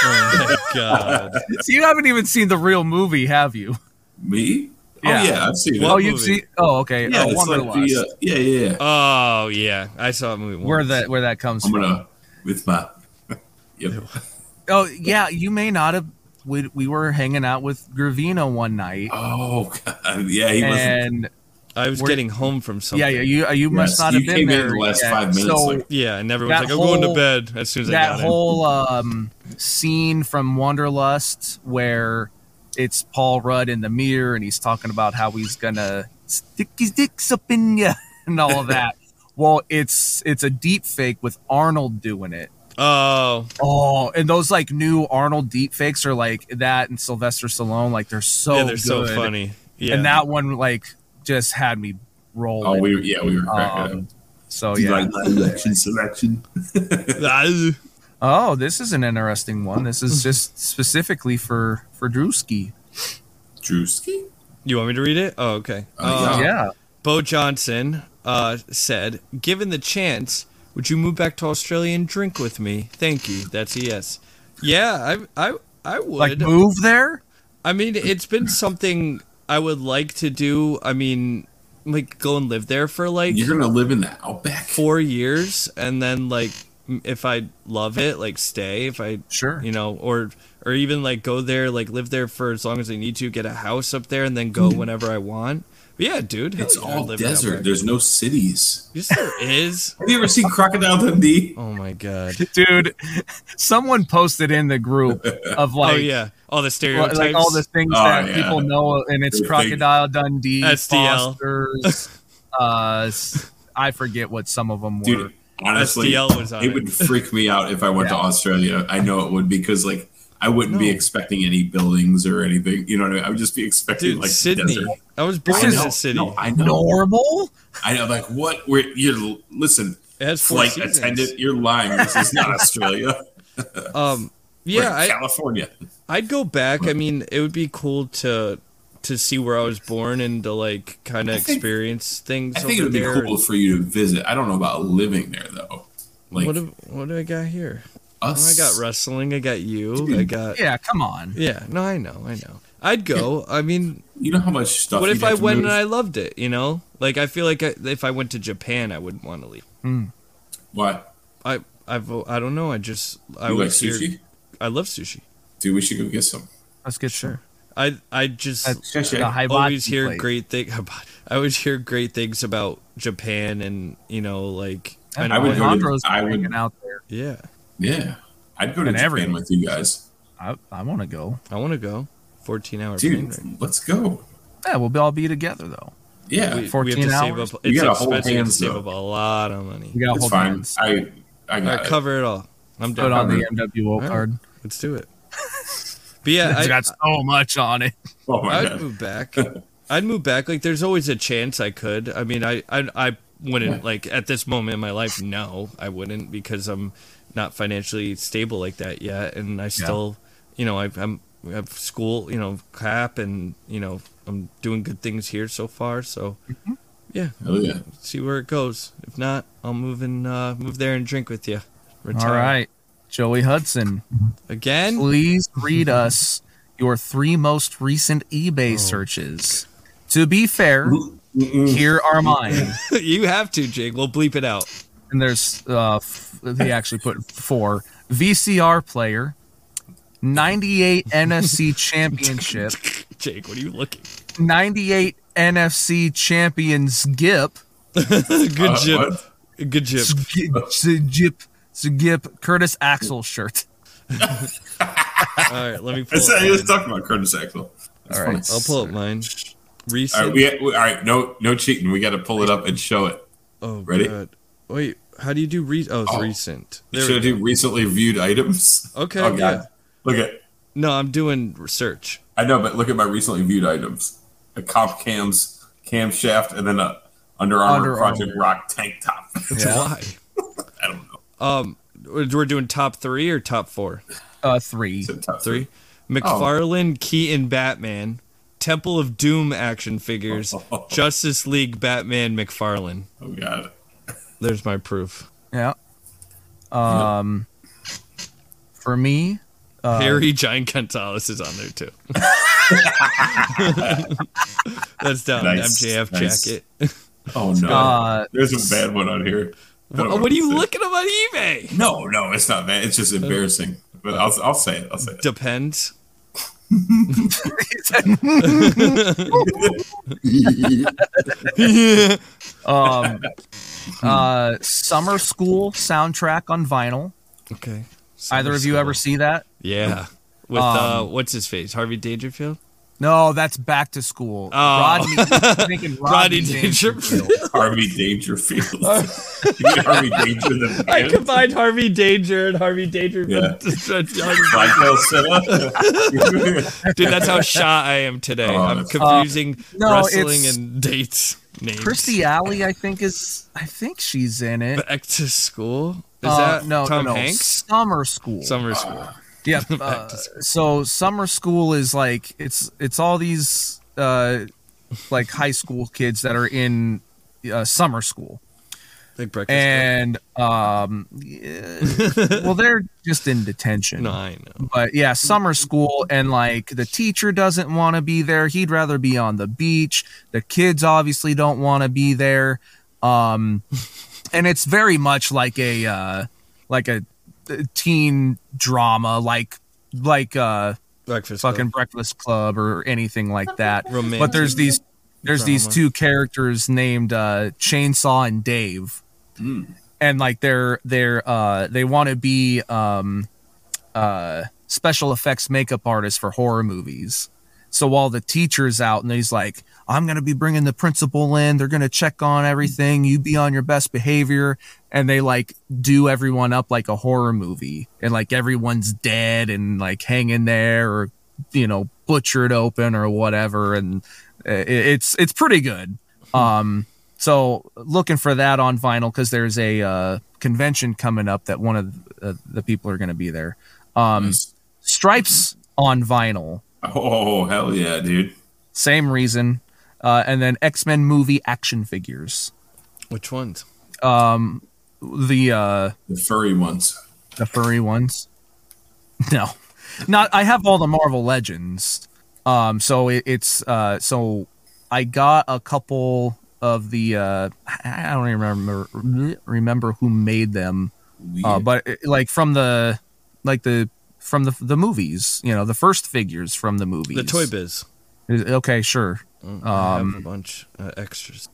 Oh my *laughs* god. So you haven't even seen the real movie, have you? Me? Yeah. Oh yeah, I've seen it. oh, What you've movie? seen? Oh, okay. yeah, oh, it's like Wanderlust. the, uh, yeah, yeah, yeah. Oh yeah, I saw a movie. Once. where that where that comes I'm from? gonna with my. *laughs* *laughs* Yep. Oh, yeah. You may not have. We, we were hanging out with Gravino one night, Oh God. Yeah, he wasn't. and I was where- getting home from something. yeah, yeah. You uh, you must Yes, not you have been came in there. the last yet. five minutes, So like- Yeah, and That everyone's like, "I'm going to whole- bed" as soon as I that got whole um, scene from Wanderlust where it's Paul Rudd in the mirror and he's talking about how he's gonna stick his dicks up in ya *laughs* and all of *laughs* that. well, it's it's a deep fake with Arnold doing it. in. Oh, Oh, and those like new Arnold deep fakes are like that and Sylvester Stallone, like they're so yeah, they're so good. funny. Yeah, And *laughs* that one like just had me Oh, rolling. we yeah we were cracking Um, up. oh, so Do you yeah. like my election selection? that Oh, this is an interesting one. This *laughs* is just specifically for for Drewski. Drewski. you want me to read it? Oh, okay. Uh, Oh. Yeah. Bo Johnson uh, said, "Given the chance, would you move back to Australia and drink with me?" Thank you. That's a yes. Yeah, I, I, I Like would. move there? I mean, it's been something I would like to do. I mean, like go and live there for like You're gonna live in the outback. four years, and then like m- if I love it, like stay. If I Sure. you know, or or even like go there, like live there for as long as I need to, get a house up there, and then go whenever I want. But yeah, dude, hell Hmm. It's yeah, I'd all live that way. desert. There's no cities. Yes, there is. Have you ever seen Crocodile Dundee? Oh my god. *laughs* Dude, *laughs* someone posted in the group of like *laughs* oh yeah, all the li- stereotypes. like all the things Oh, that yeah. people know and it's They're Crocodile Dundee, STL. Foster's uh s- I forget what some of them were. Dude, honestly, SDL was on it it. would freak me out if I went to Yeah. Australia. I know it would because like I wouldn't be No. expecting any buildings or anything. You know what I mean? I would just be expecting dude, like Sydney. desert. I was born I in know, the city. No, I know. Normal? I know. Like what? Where you listen? it has four Flight seasons. attendant, you're lying. This is *laughs* not Australia. Um, We're yeah, in I, California. I'd go back. I mean, it would be cool to to see where I was born and to like kind of I think- experience things. I think it over would be there. cool for you to visit. I don't know about living there though. Like What do, what do I got here? Oh, I us, got wrestling. I got you. I got Yeah, come on. yeah. No, I know. I know. I'd go. I mean, you know how much stuff. what you'd if I have to went move? and I loved it? You know, like I feel like I, if I went to Japan, I wouldn't want to leave. Why? I I've I don't know. I just I You like was here- sushi? I love sushi. Dude, we should go get some. Let's get sure. I I just Sure. the hibachi always hear plate. great thing *laughs* about. I always hear great things about Japan and you know like I And know I would I- go to- Alejandro's I would- hanging out there. yeah. Yeah, I'd go to And Japan everything. with you guys, I, I want to go. I want to go. Fourteen hour dude. plane Let's go. Yeah, we'll be all be together though. Yeah, ride. We- We, 14 have to hours? save up. You It's gotta hold expensive to hands, save though. up a lot of money. We got to it's hold fine. hands. I I All got right, it. cover it all. I'm Put down. on the Alright. MWO Alright, card. Let's do it. *laughs* But yeah, It's I, got so much on it. Oh my I'd god. move back. I'd move back. Like, there's always a chance I could. I mean, I, I, I wouldn't like at this moment in my life. No, I wouldn't because I'm not financially stable like that yet, and I still, you know, I've, I'm, I have school, you know, cap, and you know, I'm doing good things here so far. So, yeah, Hell yeah. see where it goes. If not, I'll move and uh, move there and drink with you. All Retire. right. Joey Hudson, again. please read us your three most recent eBay searches. To be fair, here are mine. *laughs* you have to, Jake. We'll bleep it out. And there's, uh, f- they actually put four VCR player, 98 *laughs* NFC championship, Jake, what are you looking? *laughs* 98 NFC champions GIP, good Uh, jib. what? Good jib. GIP, GIP, Curtis Axel shirt. All right, let me I pull. Up said I was mine. talking about Curtis Axel. That's All funny. right. I'll pull up mine. All Recent. right, we, we- all right. No, no cheating. We got to pull it up and show it. oh, ready? God. Wait, how do you do re? Oh, it's recent. There Should I we do recently viewed items? Okay, Oh, God. yeah. Look at, No, I'm doing research. *laughs* I know, but look at my recently viewed items. A comp cams, camshaft, and then a Under Armour Under Project Armour. Rock tank top. *laughs* Why? I don't know. Um, we're we're doing top three or top four? Uh, three. Is it top Three. *laughs* Oh. McFarlane, Keaton, Batman, Temple of Doom *laughs* action figures, Justice League, Batman, McFarlane. Oh, God. There's my proof. Yeah. Um, for me, Harry Giant Gonzalez is on there *laughs* too. *laughs* That's down in Nice, MJF nice. jacket. Oh, no. uh, There's a bad one on here. I don't know What are you Uh, this is. looking up on eBay? No, no, it's not that. It's just embarrassing. But I'll, I'll say it. I'll *laughs* say it. Depends. *laughs* um, uh, summer school soundtrack on vinyl. Okay. Either of you ever Um, see that? Yeah. With uh, what's his face? Harvey Dangerfield. No, that's back to school. *laughs* Rodney, I'm thinking Rodney, Oh. Rodney Dangerfield. Dangerfield. Harvey Dangerfield. *laughs* you mean Harvey Danger the Uh, *laughs* I man? *laughs* combined Harvey Danger and Harvey *laughs* Yeah. Dangerfield. Michael Cilla? Dude, that's how shy I am today. Oh, I'm that's- confusing Uh, no, wrestling it's- and dates names. Christy Alley, I think is. I think she's in it. Back to school? Is Uh, that no, Tom no, no. Hanks? Summer school. Summer school. Yep. Uh, so summer school is like it's it's all these uh, like high school kids that are in uh, summer school, Like breakfast. and um, yeah, well, they're just in detention. Club. *laughs* no, I know. But yeah, summer school, and like the teacher doesn't want to be there. He'd rather be on the beach. The kids obviously don't want to be there. Um, and it's very much like a uh, like a uh, teen drama, like like uh, Breakfast. Club. fucking Breakfast Club or anything like that. Romantic But there's these there's these drama. two characters named uh, Chainsaw and Dave, and like they're they're uh, they want to be um, uh, special effects makeup artists for horror movies. So while the teacher's out and he's like, I'm gonna be bringing the principal in. They're gonna check on everything. You be on your best behavior. And they like do everyone up like a horror movie, and like everyone's dead and like hanging there or you know butchered open or whatever and uh, it- it's it's pretty good um so looking for that on vinyl because there's a uh, convention coming up that one of uh, the people are going to be there um stripes on vinyl *laughs* oh, hell yeah, dude. same reason uh, and then x-men movie action figures Which ones? the uh The furry ones. the furry ones *laughs* no not i have all the marvel legends um so it, it's uh so i got a couple of the uh i I don't even remember remember who made them uh, but it, like from the like the from the the movies you know the first figures from the movies The Toy Biz. okay sure I Um, have a bunch uh, extras.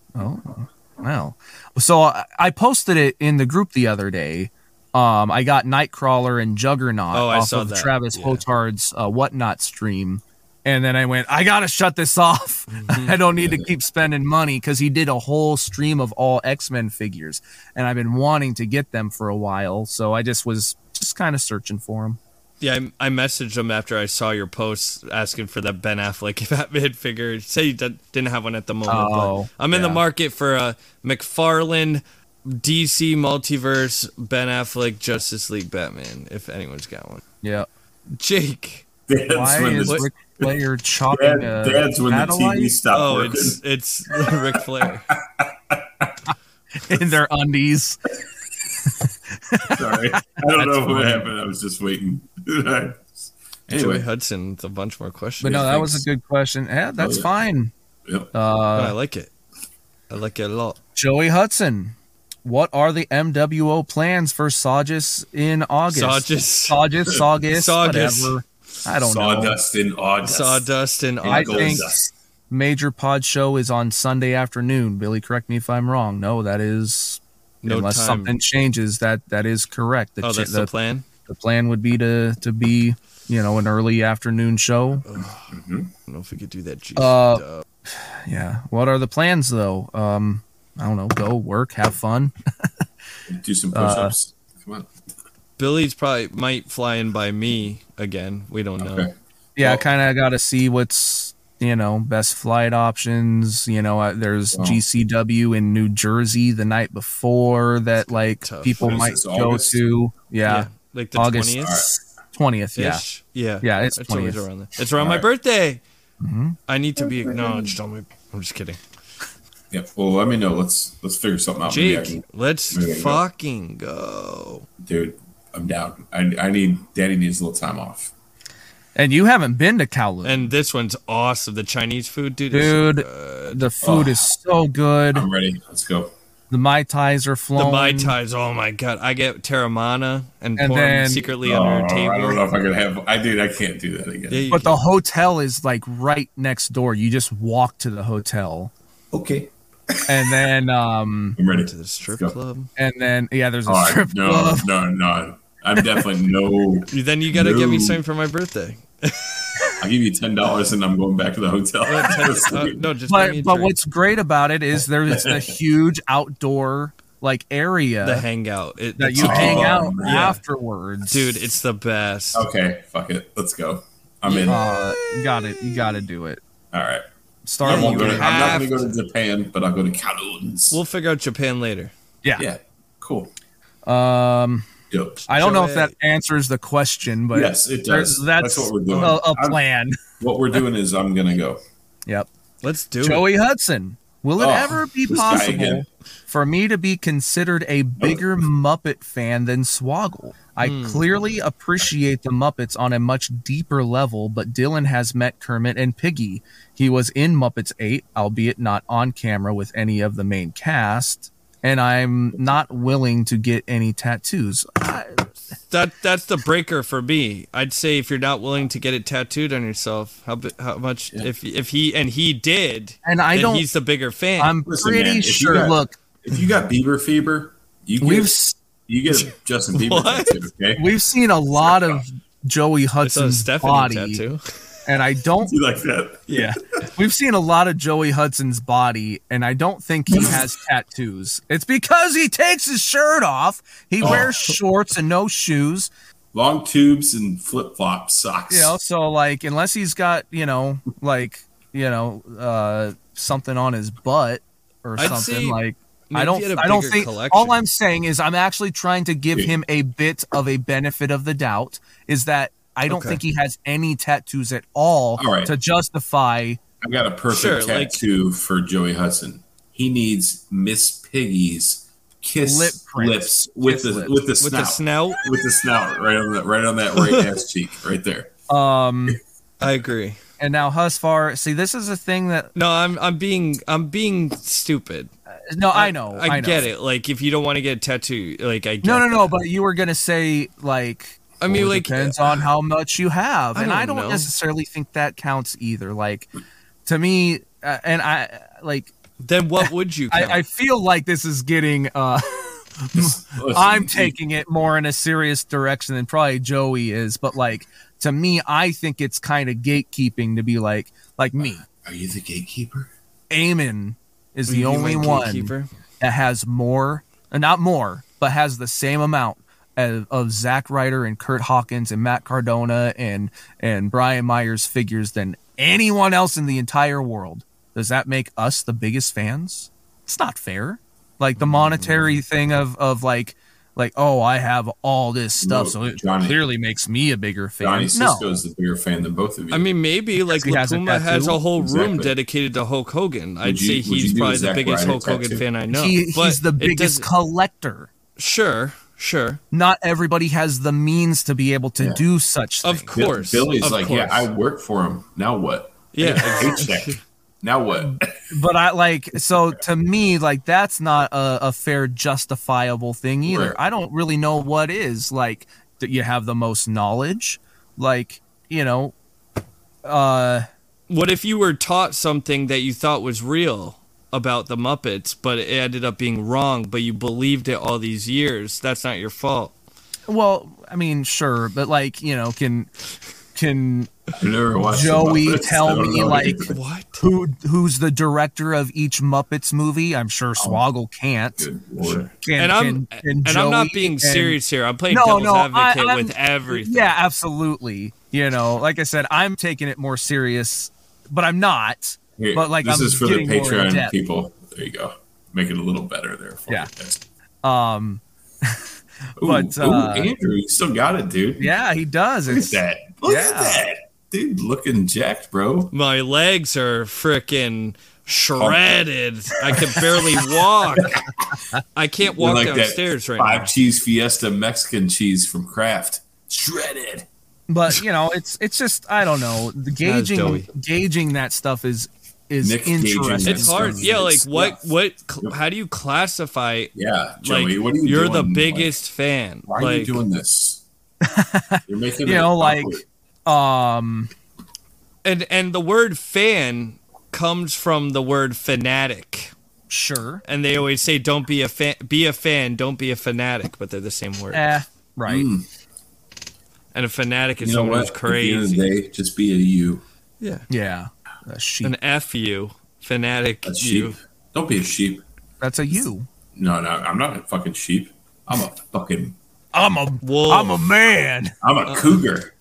Wow. So I- I posted it in the group the other day. Um, I got Nightcrawler and Juggernaut Oh, I off saw of that. Travis Yeah. Hotard's uh, Whatnot stream. And then I went, I got to shut this off. *laughs* I don't need to keep spending money because he did a whole stream of all X Men figures. And I've been wanting to get them for a while. So I just was just kind of searching for them. Yeah, I, I messaged him after I saw your post asking for that Ben Affleck *laughs* Batman figure. Say you did, didn't have one at the moment. Oh, but I'm in the yeah. market for a McFarlane DC Multiverse Ben Affleck Justice League Batman. If anyone's got one, Yeah. Jake. That's Why when is the, Rick Flair chopping Dad- a Dad's when the satellite TV stopped Oh, working. it's it's *laughs* Ric Flair. *laughs* in their undies? *laughs* *laughs* Sorry. I don't know what happened. I was just waiting. *laughs* Joey anyway. Hudson. With a bunch more questions. But no, that thanks. was a good question. Oh, Yeah, that's yeah. fine. Uh, Yep. No, I like it. I like it a lot. Joey Hudson. What are the MWO plans for Saugus in August? Saugus. *laughs* Saugus, Saugus, Saugus. whatever. I don't know. Sawdust in August. Sawdust and I August. Gold think dust. Major Pod Show is on Sunday afternoon. Billy, correct me if I'm wrong. No, that is No unless time. something changes. That that is correct. The, Oh, ch- that's the, the plan. the plan would be to to be you know an early afternoon show. I don't know if we could do that. Juicy Uh, dub. Yeah. What are the plans though? Um, I don't know. Go work, have fun. Do some push-ups. Come on. Billy's probably might fly in by me again. We don't know. Okay. yeah, Well- I kind of got to see what's you know best flight options. You know, uh, there's GCW in New Jersey the night before that, like tough. people What is might this, go August? to. Yeah, Yeah, like the August twentieth. twentieth. Yeah, ish. Yeah. Yeah, it's Mm-hmm. always 20th. around there. It's around my Alright. birthday. I need to be acknowledged on my. I'm just kidding. Yeah. Well, let me know. Let's let's figure something out. Maybe I Jake, can- let's Maybe I can go. fucking go. dude, I'm down. I, I need. Daddy needs a little time off. and you haven't been to Kowloon, And this one's awesome. The Chinese food, dude. is- dude. the food is so good. I'm ready. Let's go. The mai tais are The flowing. Mai Tais. Oh my god. I get Terramana and, um, And pour 'em then- secretly Oh, under a I don't know table. if I could have. I dude, I can't do that again. Yeah, you But can- the hotel is like right next door. You just walk to the hotel, Okay. and then um, I'm ready. to the strip Let's go. club. and then yeah, there's a All right. strip Oh, no, club. no, no. I'm definitely no. *laughs* Then you gotta give me No. something for my birthday. I'll give you ten dollars and I'm going back to the hotel. *laughs* Uh, no, just buy me a But but drink. what's great about it is there's *laughs* a huge outdoor like area the hangout? It, that it's you the hang people. out man. afterwards. dude. It's the best. Okay, fuck it. Let's go. I'm in. All uh, you got it. You got to do it. right. I Start. won't go Yeah, to, I'm not going have to go to Japan, but I'll go to Kowloon's. We'll figure out Japan later. yeah. Cool. Um, Dope. I don't know if Joey. that answers the question, but Yes, it there's- does. that's, That's what we're doing. A, a I'm- plan. What we're doing is I'm going *laughs* to go. Yep. Let's do it. Joey Hudson. Will it Oh, ever be this guy possible again. for me to be considered a bigger Muppet fan than Swoggle? I Hmm. clearly appreciate the Muppets on a much deeper level, but Dylan has met Kermit and Piggy. He was in Muppets 8, albeit not on camera with any of the main cast. And I'm not willing to get any tattoos. I- That that's the breaker for me. I'd say if you're not willing to get it tattooed on yourself, how bi- how much if if he and he did, And I then don't- he's the bigger fan. I'm Listen, pretty man, if you sure. got- look, If you got Bieber fever, you get, we've s- you *laughs* get a Justin Bieber What? tattoo, okay? we've seen a lot of Joey I saw a Hudson's Stephanie body, *laughs* tattoo. and I don't You like that? Yeah. We've seen a lot of Joey Hudson's body, and I don't think he has tattoos. It's because he takes his shirt off. He wears shorts and no shoes. Long tubes and flip flop socks. You know, so like unless he's got, you know, like, you know, uh something on his butt or I'd something say like I maybe he had don't a I don't bigger think collection. all I'm saying is I'm actually trying to give Yeah. him a bit of a benefit of the doubt is that I don't Okay. think he has any tattoos at all, All right. to justify I got a perfect Sure, like- tattoo for Joey Hudson. He needs Miss Piggy's kiss Lip print. lips with Kiss the lips. with the with snout. the snout. With the snout right on that right on that right *laughs* ass cheek right there. um I agree. and now Husfar. See, this is a thing that No, I'm I'm being I'm being stupid. no, I, know, I, get it. Like if you don't want to get a tattoo, like I get No, no, no. that. But you were gonna say like. I mean, well, it like- uh, depends on how much you have, I and I don't don't know. necessarily think that counts either. Like, to me, uh, and I like Then what would you? Count? I, I feel like this is getting. uh Listen, I'm you- taking it more in a serious direction than probably Joey is, but like to me, I think it's kind of gatekeeping to be like like me. Are you the gatekeeper? Eamon is Would you the be only my one gatekeeper? that has more, uh, not more, but has the same amount of, of Zach Ryder and Kurt Hawkins and Matt Cardona and and Brian Myers figures than anyone else in the entire world. Does that make us the biggest fans? It's not fair. Like the monetary Mm. thing of of like like oh I have all this stuff, No, so it Johnny- clearly makes me a bigger fan. Johnny no, Cisco is the bigger fan than both of you. I mean, maybe like he has a Lakuma has tattoo. a whole room Exactly. dedicated to Hulk Hogan. I'd you- say would you he's do a probably the Zack biggest Ryder Hulk Hogan tattoo? fan I know. he, but he's the it biggest doesn't- collector. Sure, sure. Not everybody has the means to be able to do such. Things. Of course. Billy's of like, course. yeah, I work for him. Now what? yeah. *laughs* Paycheck. now what? *laughs* but I like so to me like that's not a, a fair justifiable thing either. Right. I don't really know what is like that you have the most knowledge, like you know, uh, What if you were taught something that you thought was real about the Muppets, but it ended up being wrong, but you believed it all these years? That's not your fault. well, I mean, sure, but like you know, can can I've never watched the Joey, Muppets. I tell don't me know like either. What? who who's the director of each Muppets movie? I'm sure Swoggle can't. Oh, Good lord. Can- And I'm can- can and, I'm not Joey being and- serious here. I'm playing No, devil's no, I, advocate I'm- with everything. Yeah, absolutely. You know, like I said, I'm taking it more serious, but I'm not. Here, but like this I'm is for the getting more in Patreon depth. people. There you go. Make it a little better there. For Yeah. you guys. Um, Ooh, But, ooh, uh, Andrew, you still got it, dude. yeah, he does. Look at It's, that. Look yeah. at that. Dude, looking jacked, bro. My legs are freaking shredded. I can barely walk. I can't walk like downstairs that right five now. cheese fiesta Mexican cheese from Kraft. Shredded. but you know, it's it's just I don't know. The gauging doughy. gauging that stuff is is Nick gauging interesting. that It's hard. stuff. Yeah, like It's- what? yeah. What? cl- How do you classify? Yeah. Like Joey, what are you you're doing? the Like, biggest fan. why are like you doing *laughs* this? You're making You it know, like awkward. um and and the word fan comes from the word fanatic. sure. And they always say, "Don't be a fan. Be a fan. Don't be a fanatic." But they're the same word. Eh, right. Mm. And a fanatic is you know someone what? who's At the crazy. end of the day, just be a you. Yeah. A sheep. An F you, fanatic A sheep. you. Don't be a sheep. That's a you. No, no, I'm not a fucking sheep. I'm a fucking I'm a Wolf. am a man. I'm Uh, a cougar.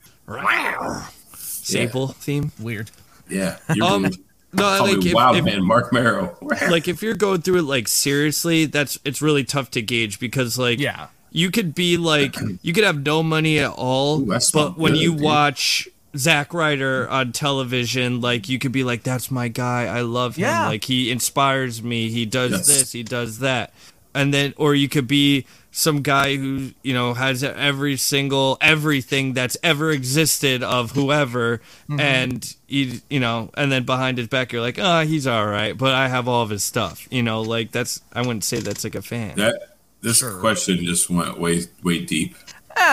Staple theme. Weird. Yeah. You're Um, weird. No, Call like me if, Wild if- Man Mark *laughs* Marrow. *laughs* like if you're going through it like seriously, that's it's really tough to gauge because like Yeah. you could *clears throat* be like you could have no money at all, Ooh, that but smelled when good, you dude. watch Zack Ryder on television, like you could be like, "That's my guy. I love him. Yeah. Like he inspires me. He does Yes. this. He does that." And then, or you could be some guy who you know has every single everything that's ever existed of whoever, Mm-hmm. and you you know, and then behind his back, you're like, "Ah, he's all right," but I have all of his stuff. You know, like that's I wouldn't say that's like a fan. That this question just went way way deep.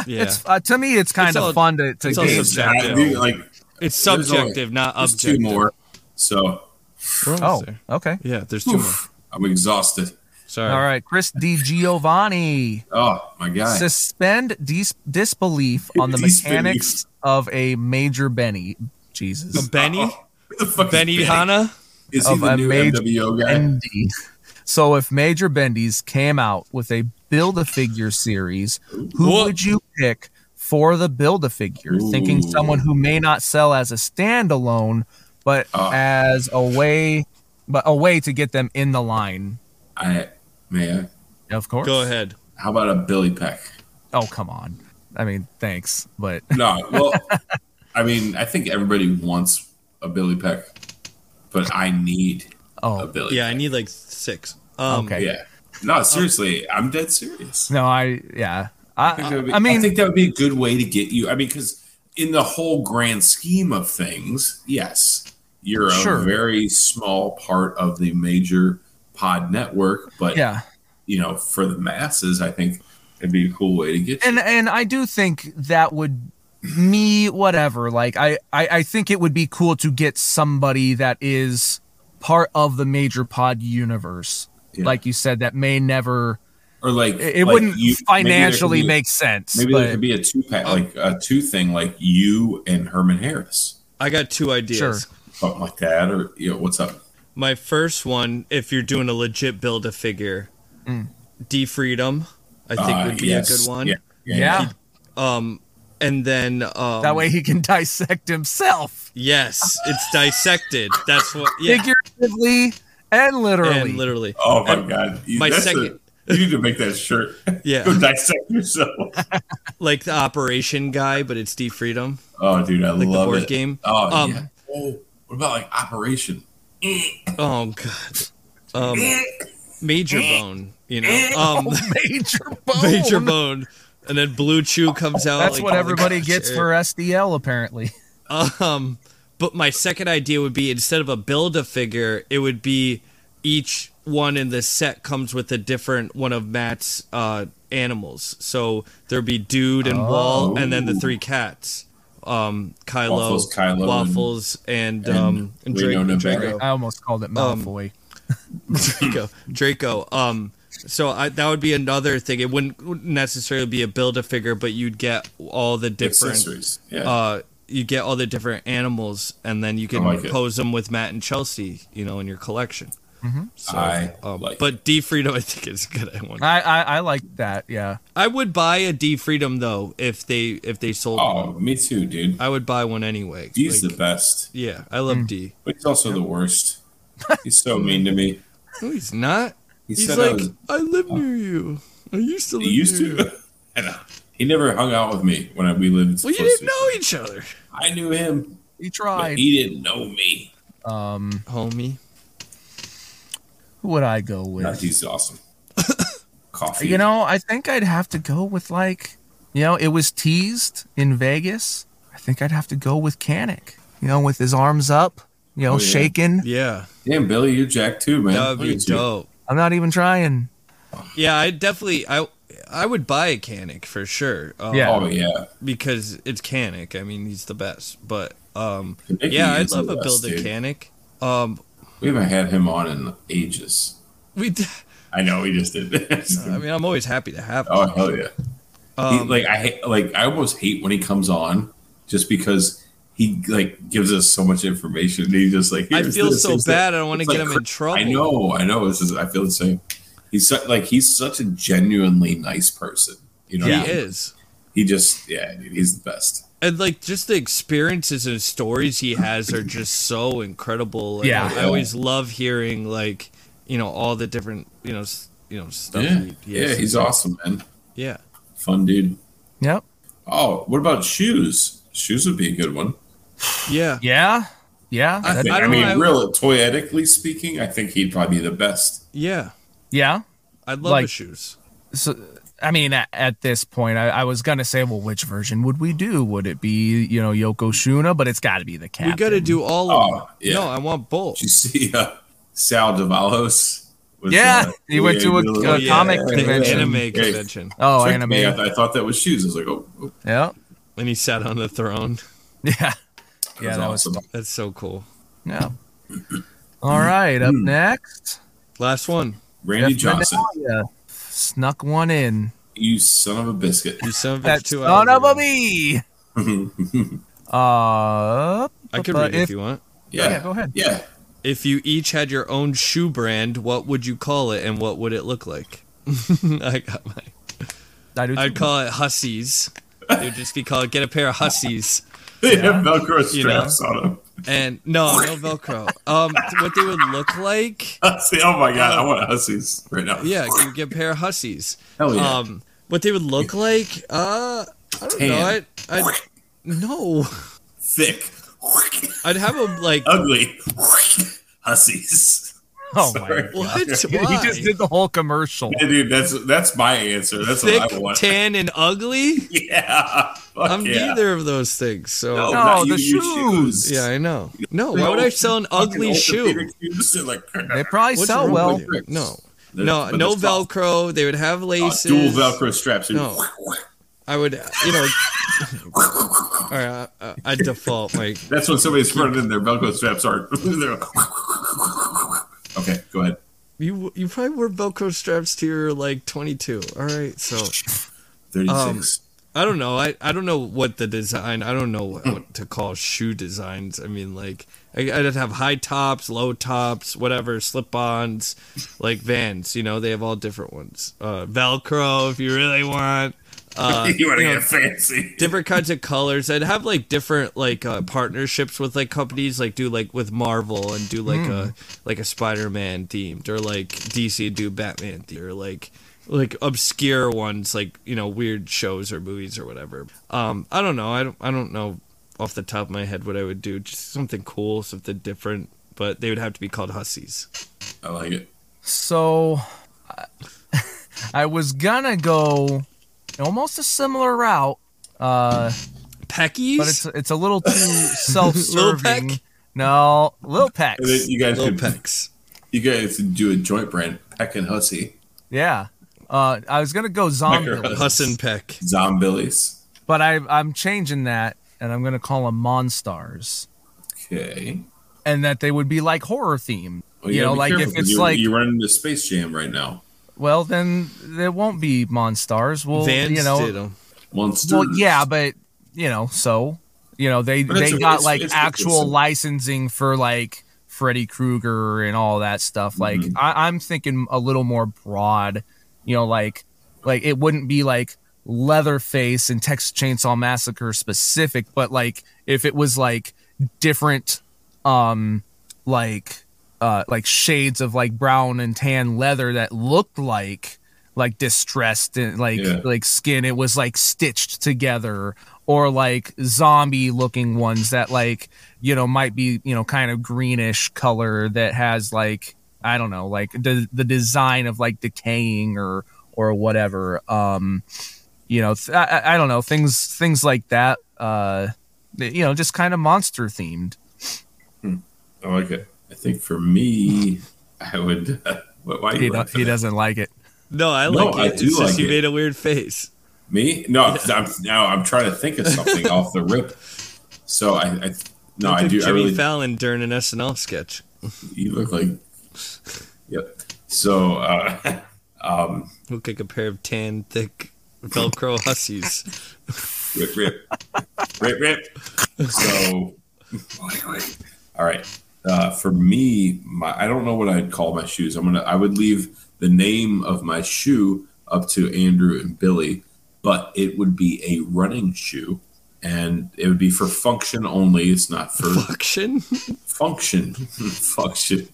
yeah. It's uh, to me it's kind It's of all- fun to, to it's all gauge subjective. Subjective. I do, like It's there's only- subjective, not there's objective. Two more. So We're Oh, almost there. okay. yeah. There's two more. oof, I'm exhausted. Sorry. All right, Chris Di Giovanni. Oh my god. Suspend dis- disbelief on the Disbelief. mechanics of a major Benny. Jesus. Benny, Oh, who the fuck is Benny Hanna. Is he Of the a new major- MWO guy? Bendy. So if Major Bendy's came out with a build a figure series, who Whoa. would you pick for the build a figure? Thinking Ooh. someone who may not sell as a standalone, but Oh. as a way but a way to get them in the line. I man. Of course. Go ahead. How about a Billy Peck? Oh come on. I mean, thanks, but No, well, I mean, I think everybody wants a Billy Peck, but I need a oh Billy. Yeah, I need like six. Um, okay. Peck. Yeah. No, seriously, I'm dead serious. No, I yeah. I, think that would be- I mean, think that would be a good way to get you. I mean, because in the whole grand scheme of things, yes, you're a Sure. very small part of the major pod network, but yeah, you know, for the masses, I think it'd be a cool way to get and you. and I do think that would me whatever. Like I, I I think it would be cool to get somebody that is part of the major pod universe, Yeah. like you said, that may never. Or like It, it like wouldn't you- maybe there could financially be- make sense, Maybe but there could be a two pack, like a two thing, like you and Herman Harris, I got two ideas. sure. something like that. Or you know, what's up? My first one, if you're doing a legit build a figure, Mm. D Freedom, I think Uh, would be yes, a good one. Yeah, yeah, Yeah, Um, and then um, that way he can dissect himself yes, it's dissected. That's what. Yeah, figuratively and literally. and literally. Oh my god! You, my that's a- second- you need to make that shirt. *laughs* Yeah. Go dissect yourself. *laughs* like the Operation guy, but it's D Freedom. Oh, dude, I the love board it. game? Oh, Um, yeah. Oh, what about like Operation? Oh God. Um, Major Bone, you know. Um, *laughs* Oh, Major *laughs* bone. *laughs* Major Bone, and then Blue Chew comes out. That's like, what oh my everybody gosh, gets Eric. for SDL, *laughs* apparently. Um, but my second idea would be instead of a build a figure, it would be each one in the set comes with a different one of Matt's uh, animals. So there'd be Dude and Wall, and then the three cats. Um, Kylo, Oh. Waffles, Kylo, and- Waffles, and, um, and Reno Draco. Nevada. Draco. I almost called it Um, Malfoy. Draco. Draco. Um, so I, that would be another thing. It wouldn't, wouldn't necessarily be a build a figure, but you'd get all the different Accessories. Yeah. uh, you get all the different animals, and then you can like it. pose them with Matt and Chelsea, you know, in your collection. So, I um, like but D Freedom, *laughs* I think is a good one. I, I I like that. Yeah. I would buy a D Freedom though if they if they sold. one. Oh, me too, dude. I would buy one anyway. D's Like, the best, yeah, I love D. but he's also the *laughs* worst. He's so mean to me. No, he's not. He He's said I like, was, Oh. I live near you. I used to live he used near you. to. *laughs* and, uh, he never hung out with me when I, we lived. Well, you close didn't know each other, to- I knew him, He but tried. he didn't know me. um, homie. who would I go God, with? he's *laughs* awesome. Coffee. You know, I think I'd have to go with like, you know, it was teased in Vegas. I think I'd have to go with Canic. You know, with his arms up, you know, Oh, yeah. shaking. Yeah, damn Billy, you're Jack too, man. that would Look be at you. dope. I'm not even trying. Yeah, I definitely I I would buy a Canic for sure. Um, Yeah. Oh yeah, because it's Canic. I mean, he's the best. But um, Mickey yeah, I'd is the love a best, build a dude. Canic. Um, we haven't had him on in ages. we. d- *laughs* I know we just did. I mean, um, I'm always happy to have. oh hell yeah! he, like I ha- like I almost hate when he comes on, just because he like gives us so much information. and He just like I here's feel this, so here's bad. that. I don't want to It's get like, him in trouble. I know, I know. This is I feel the same. He's su- like he's such a genuinely nice person. You know, he what I mean? is. He just yeah, dude, he's the best. And like just the experiences and stories he has are just so incredible. Like, Yeah. I always love hearing like you know all the different you know s- you know stuff. Yeah, he- he yeah, has. he's awesome, man. yeah. Fun dude. Yep. Oh, what about shoes? Shoes would be a good one. Yeah. Yeah. Yeah. I- I, that- think, I, don't mean, know, I- real toyetically speaking, I think he'd probably be the best. Yeah. yeah. I love Like- his shoes. so I mean, at, at this point, I, I was gonna say, well, which version would we do? Would it be you know Yoko Shuna? But it's got to be the captain. We got to do all of Oh, them. yeah. No, I want both. Did you see uh, Sal Davalos? Was, Yeah, uh, he went to a- doing a little- comic yeah, convention. yeah, Anime yeah. convention. Oh, Tricked anime. me. I, Yeah. th- I thought that was shoes. I was like, oh, oh, Yeah. And he sat on the throne. *laughs* Yeah. that Yeah. was That was awesome. That's so cool. yeah. All right. Hmm. Up next, Last one. Randy Jeff Johnson, Minaya snuck one in. you son of a biscuit. You son of a That two son of hours a ago. *laughs* bee. uh, I could but read it if if- you want. Yeah, yeah, go ahead. Yeah, If you each had your own shoe brand, what would you call it and what would it look like? *laughs* I got mine. I do. I'd too. call it hussies. It would just be called get a pair of hussies. they have *laughs* Velcro You know? straps on them. And no, no Velcro. Um, what they would look like? See, oh my god, *laughs* I want hussies right now. Yeah, you get a pair of hussies. hell yeah. Um, what they would look like? Uh, I don't know. Tan. I'd, I'd, no, *laughs* Thick, *laughs* I'd have them like *laughs* ugly *laughs* hussies. Oh Sorry. my. what? *laughs* He Why? just did the whole commercial. Yeah, dude, that's that's my answer. That's thick, what I want. tan, and ugly. *laughs* Yeah, fuck I'm yeah. neither of those things. So No, No, not the you, your shoes. yeah, I know. No, why would I sell an Fucking ugly old shoe? computer shoes, they're like, *laughs* They probably What's sell wrong well. with you? No, They're- no, but no it's called, Velcro. They would have uh, laces. dual Velcro straps. No. I would, you know. all right, I, I I'd default *laughs* like That's when somebody's running in their Velcro straps are. *laughs* they're like, *laughs* okay, go ahead. you. You probably wore Velcro straps to your like 22. All right, so Thirty-six. I don't know. I, I don't know what the design. I don't know what, what to call shoe designs. I mean, like I, I'd have high tops, low tops, whatever, slip-ons, like Vans. You know, they have all different ones. Uh, Velcro, if you really want. *laughs* you want to Um, uh, you know, get fancy? *laughs* different kinds of colors. I'd have like different like uh, partnerships with like companies, like do like with Marvel and do like Hmm. a like a Spider Man themed, or like DC do Batman themed, or like like obscure ones, like you know weird shows or movies or whatever. Um, I don't know. I don't I don't know off the top of my head what I would do. Just something cool, something different. But they would have to be called hussies. I like it. So I- *laughs* I was gonna go almost a similar route, uh, Peckies. but it's it's a little *laughs* too self-serving. Lil Peck? No, Lil Peck. And then you guys Little could pecs. you guys could do a joint brand, Peck and Hussy, Yeah, uh, I was gonna go zombie, Pecker. Huss and peck. Zombillies. but I I'm changing that, and I'm gonna call them Monstars, Okay. and that they would be like horror themed. Well, you gotta know, be like careful, if 'cause it's you, like, you run into Space Jam right now. well, then there won't be Monstars. Well, Vans you know, did 'em. Monsters. Well, yeah, but you know, so you know they But it's they a- got it's- like it's- actual it's a- licensing for like Freddy Krueger and all that stuff. Like Mm-hmm. I, I'm thinking a little more broad, you know, like like it wouldn't be like Leatherface and Texas Chainsaw Massacre specific, but like if it was like different, um, like uh, like shades of like brown and tan leather that looked like like distressed and like Yeah. like skin it was like stitched together or like zombie looking ones that like you know might be you know kind of greenish color that has like i don't know like the the design of like decaying or or whatever um you know th- I, I- I don't know things things like that uh you know just kind of monster themed I like it. I think for me, I would. *laughs* what, why are you he, do- laughing he at doesn't like it No, I No, like I it. do it's just like you it. made a weird face. Me? No, 'cause I'm, now I'm trying to think of something off the rip. So I, I no, I Like do. I Jimmy really. Fallon during an SNL sketch. You look like. Yep. So uh, Look like a pair of tan, thick Velcro *laughs* hussies. rip, rip, rip, rip. So. All right. Uh, for me, my I don't know what I'd call my shoes. I'm gonna. I would leave the name of my shoe up to Andrew and Billy, but it would be a running shoe, and it would be for function only. It's not for Function? function. *laughs* function.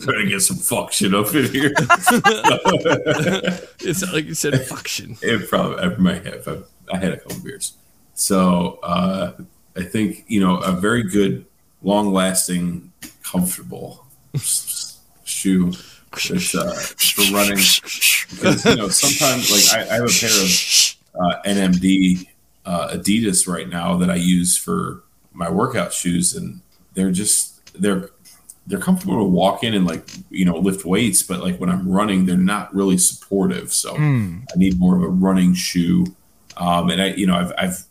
Trying to get some function up in here. It's not like you *laughs* said function. it probably I might have. I, I had a couple beers, so uh, I think you know a very good, long-lasting, comfortable s- s- shoe. It's, uh, for running because you know sometimes like I, I have a pair of uh, NMD uh, Adidas right now that I use for my workout shoes, and they're just they're they're comfortable to walk in and like you know lift weights, but like when I'm running, they're not really supportive. So Hmm. I need more of a running shoe, um, and I you know I've, I've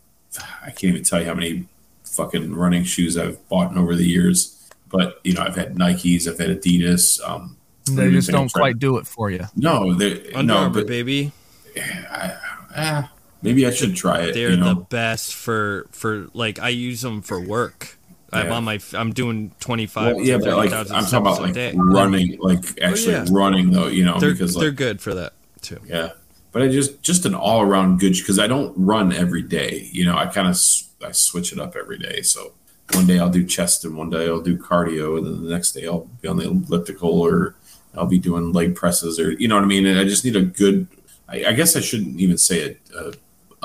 I can't even tell you how many fucking running shoes I've bought over the years. But you know, I've had Nikes, I've had Adidas. Um, they even just things don't like- quite do it for you No, they Under no, Armour, but baby. eh, maybe I should try it. They're you the know? best for for like I use them for work. I'm Yeah. on my. I'm doing twenty five. Well, yeah, but like I'm talking about like running, like actually yeah. running though, you know, They're because they're like good for that too. yeah. But I just just an all around good because I don't run every day, you know. I kind of I switch it up every day. So one day I'll do chest and one day I'll do cardio, and then the next day I'll be on the elliptical or I'll be doing leg presses or you know what I mean. And I just need a good. I, I guess I shouldn't even say a,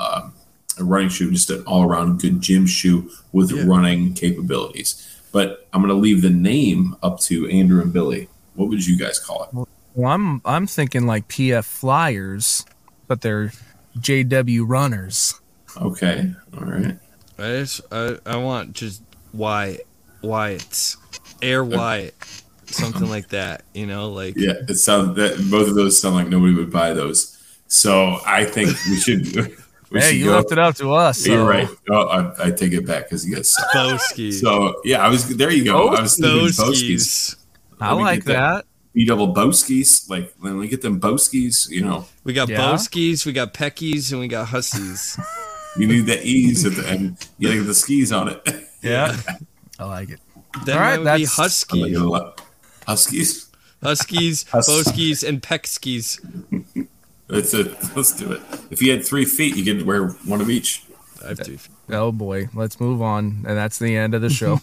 a, um, a running shoe, just an all around good gym shoe with running capabilities. But I'm going to leave the name up to Andrew and Billy. What would you guys call it? well i'm i'm thinking like pf flyers but they're jw runners Okay, all right. I just I, I want just why Wyatt's Air Wyatt something like that. You know, like Uh, Yeah, it sounds that both of those sound like nobody would buy those. So I think we should. We hey should you go- left it up to us so. You're right. Oh, I, I take it back because you guys. suck. Boski. So yeah, I was there. You go. I was thinking those Boski's. skis. i Let me like get that. that B double Boskies. Like when we get them Boskies, you know, We got Yeah. Boskies, we got Peckies, and we got Hussies. you need the E's at the end. You gotta get the skis on it. *laughs* *laughs* yeah i like it Then All right, that would be that's- I'm like, Husky. you know what? Huskies. Huskies, Hus- Boskies, and Peckskies. That's it. *laughs* Let's do it. If you had three feet, you could wear one of each. I have to. oh boy let's move on and that's the end of the *laughs* show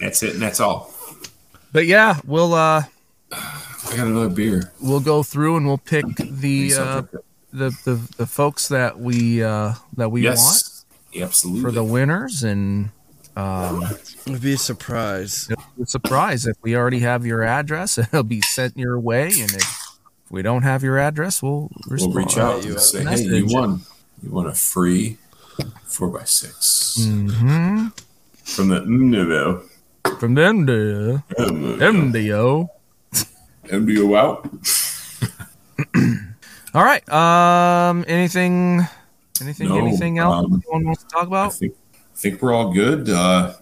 That's it, and that's all. but yeah we'll uh I got another beer. we'll go through and we'll pick the uh Something. the, the the folks that we uh that we want yes, absolutely. for the winners and It would be a surprise. a surprise if we already have your address *laughs* it'll be sent your way and if, if we don't have your address we'll we'll respond. reach out and say, "Hey, you message. won. You won a free four by 6 from the mm, MDO. from the MDO. Um, MDO. MDO out. All right. Um. Anything? Anything? No, anything else um, anyone wants to talk I about? think I think we're all good. Uh,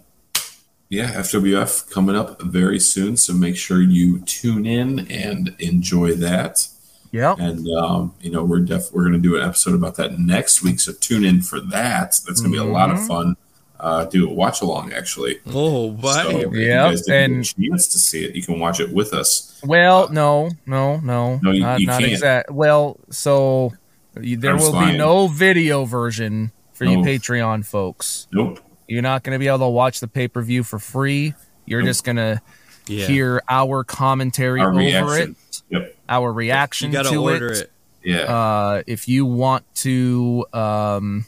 yeah, FWF coming up very soon, so make sure you tune in and enjoy that. Yep. And um, you know, we're def- we're gonna do an episode about that next week. So tune in for that. That's gonna be a lot of fun. Uh, do a watch along actually. Oh, So buddy. if you Yep, guys didn't and- get a chance to see it. You can watch it with us. Well, no, no, no, No, you- not, you not can't. exact. Well, so you, there I'm will be fine. no video version for you No. Patreon folks. Nope. You're not going to be able to watch the pay per view for free. You're Nope. just going to Yeah. hear our commentary Our over reaction. it, Yep. our You reaction got to to order it. it. Yeah. Uh, if you want to um,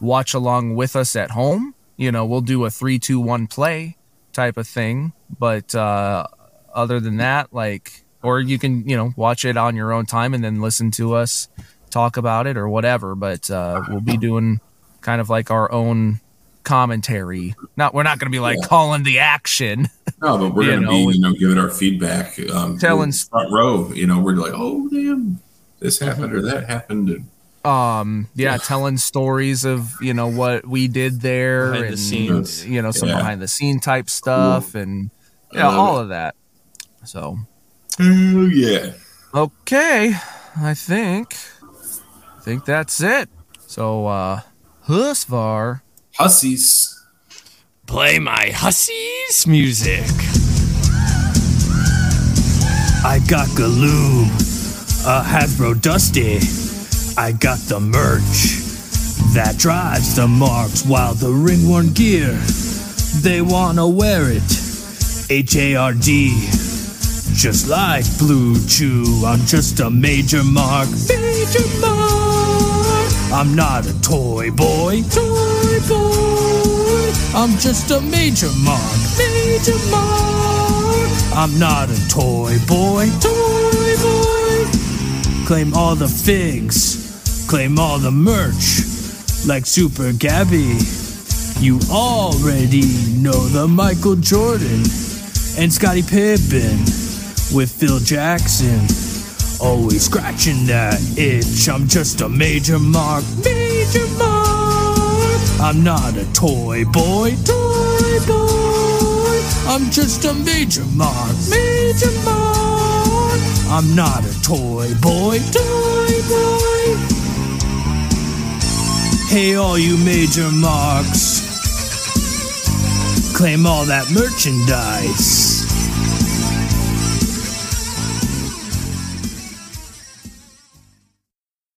watch along with us at home, you know, we'll do a three, two, one play type of thing. But uh, other than that, like, or you can, you know, watch it on your own time and then listen to us talk about it or whatever. But uh, we'll be doing kind of like our own commentary. Not, we're not going to be like calling the action. No, but we're You going to know, be, you know, giving our feedback. Um, Telling- we're front row, you know, we're like, oh damn, this happened Mm-hmm. or that happened. And, um yeah telling stories of you know what we did there Behind the and scenes. you know some Yeah. behind the scene type stuff and yeah love all of that so oh yeah, okay i think i think that's it so uh husvar hussies. Play my hussies music. I got Galoob, a Hasbro Dusty. I got the merch that drives the marks while the ringworn gear, they wanna wear it. H A R D. Just like Blue Chew, I'm just a major mark. Major mark. I'm not a toy boy. Toy boy. I'm just a major mark. Major mark. I'm not a toy boy. Toy boy. Claim all the figs. Claim all the merch. Like Super Gabby. You already know the Michael Jordan and Scottie Pippen with Phil Jackson. Always scratching that itch. I'm just a major mark, major mark. I'm not a toy boy, toy boy. I'm just a major mark, major mark. I'm not a toy boy, toy boy. Hey, all you major marks. Claim all that merchandise.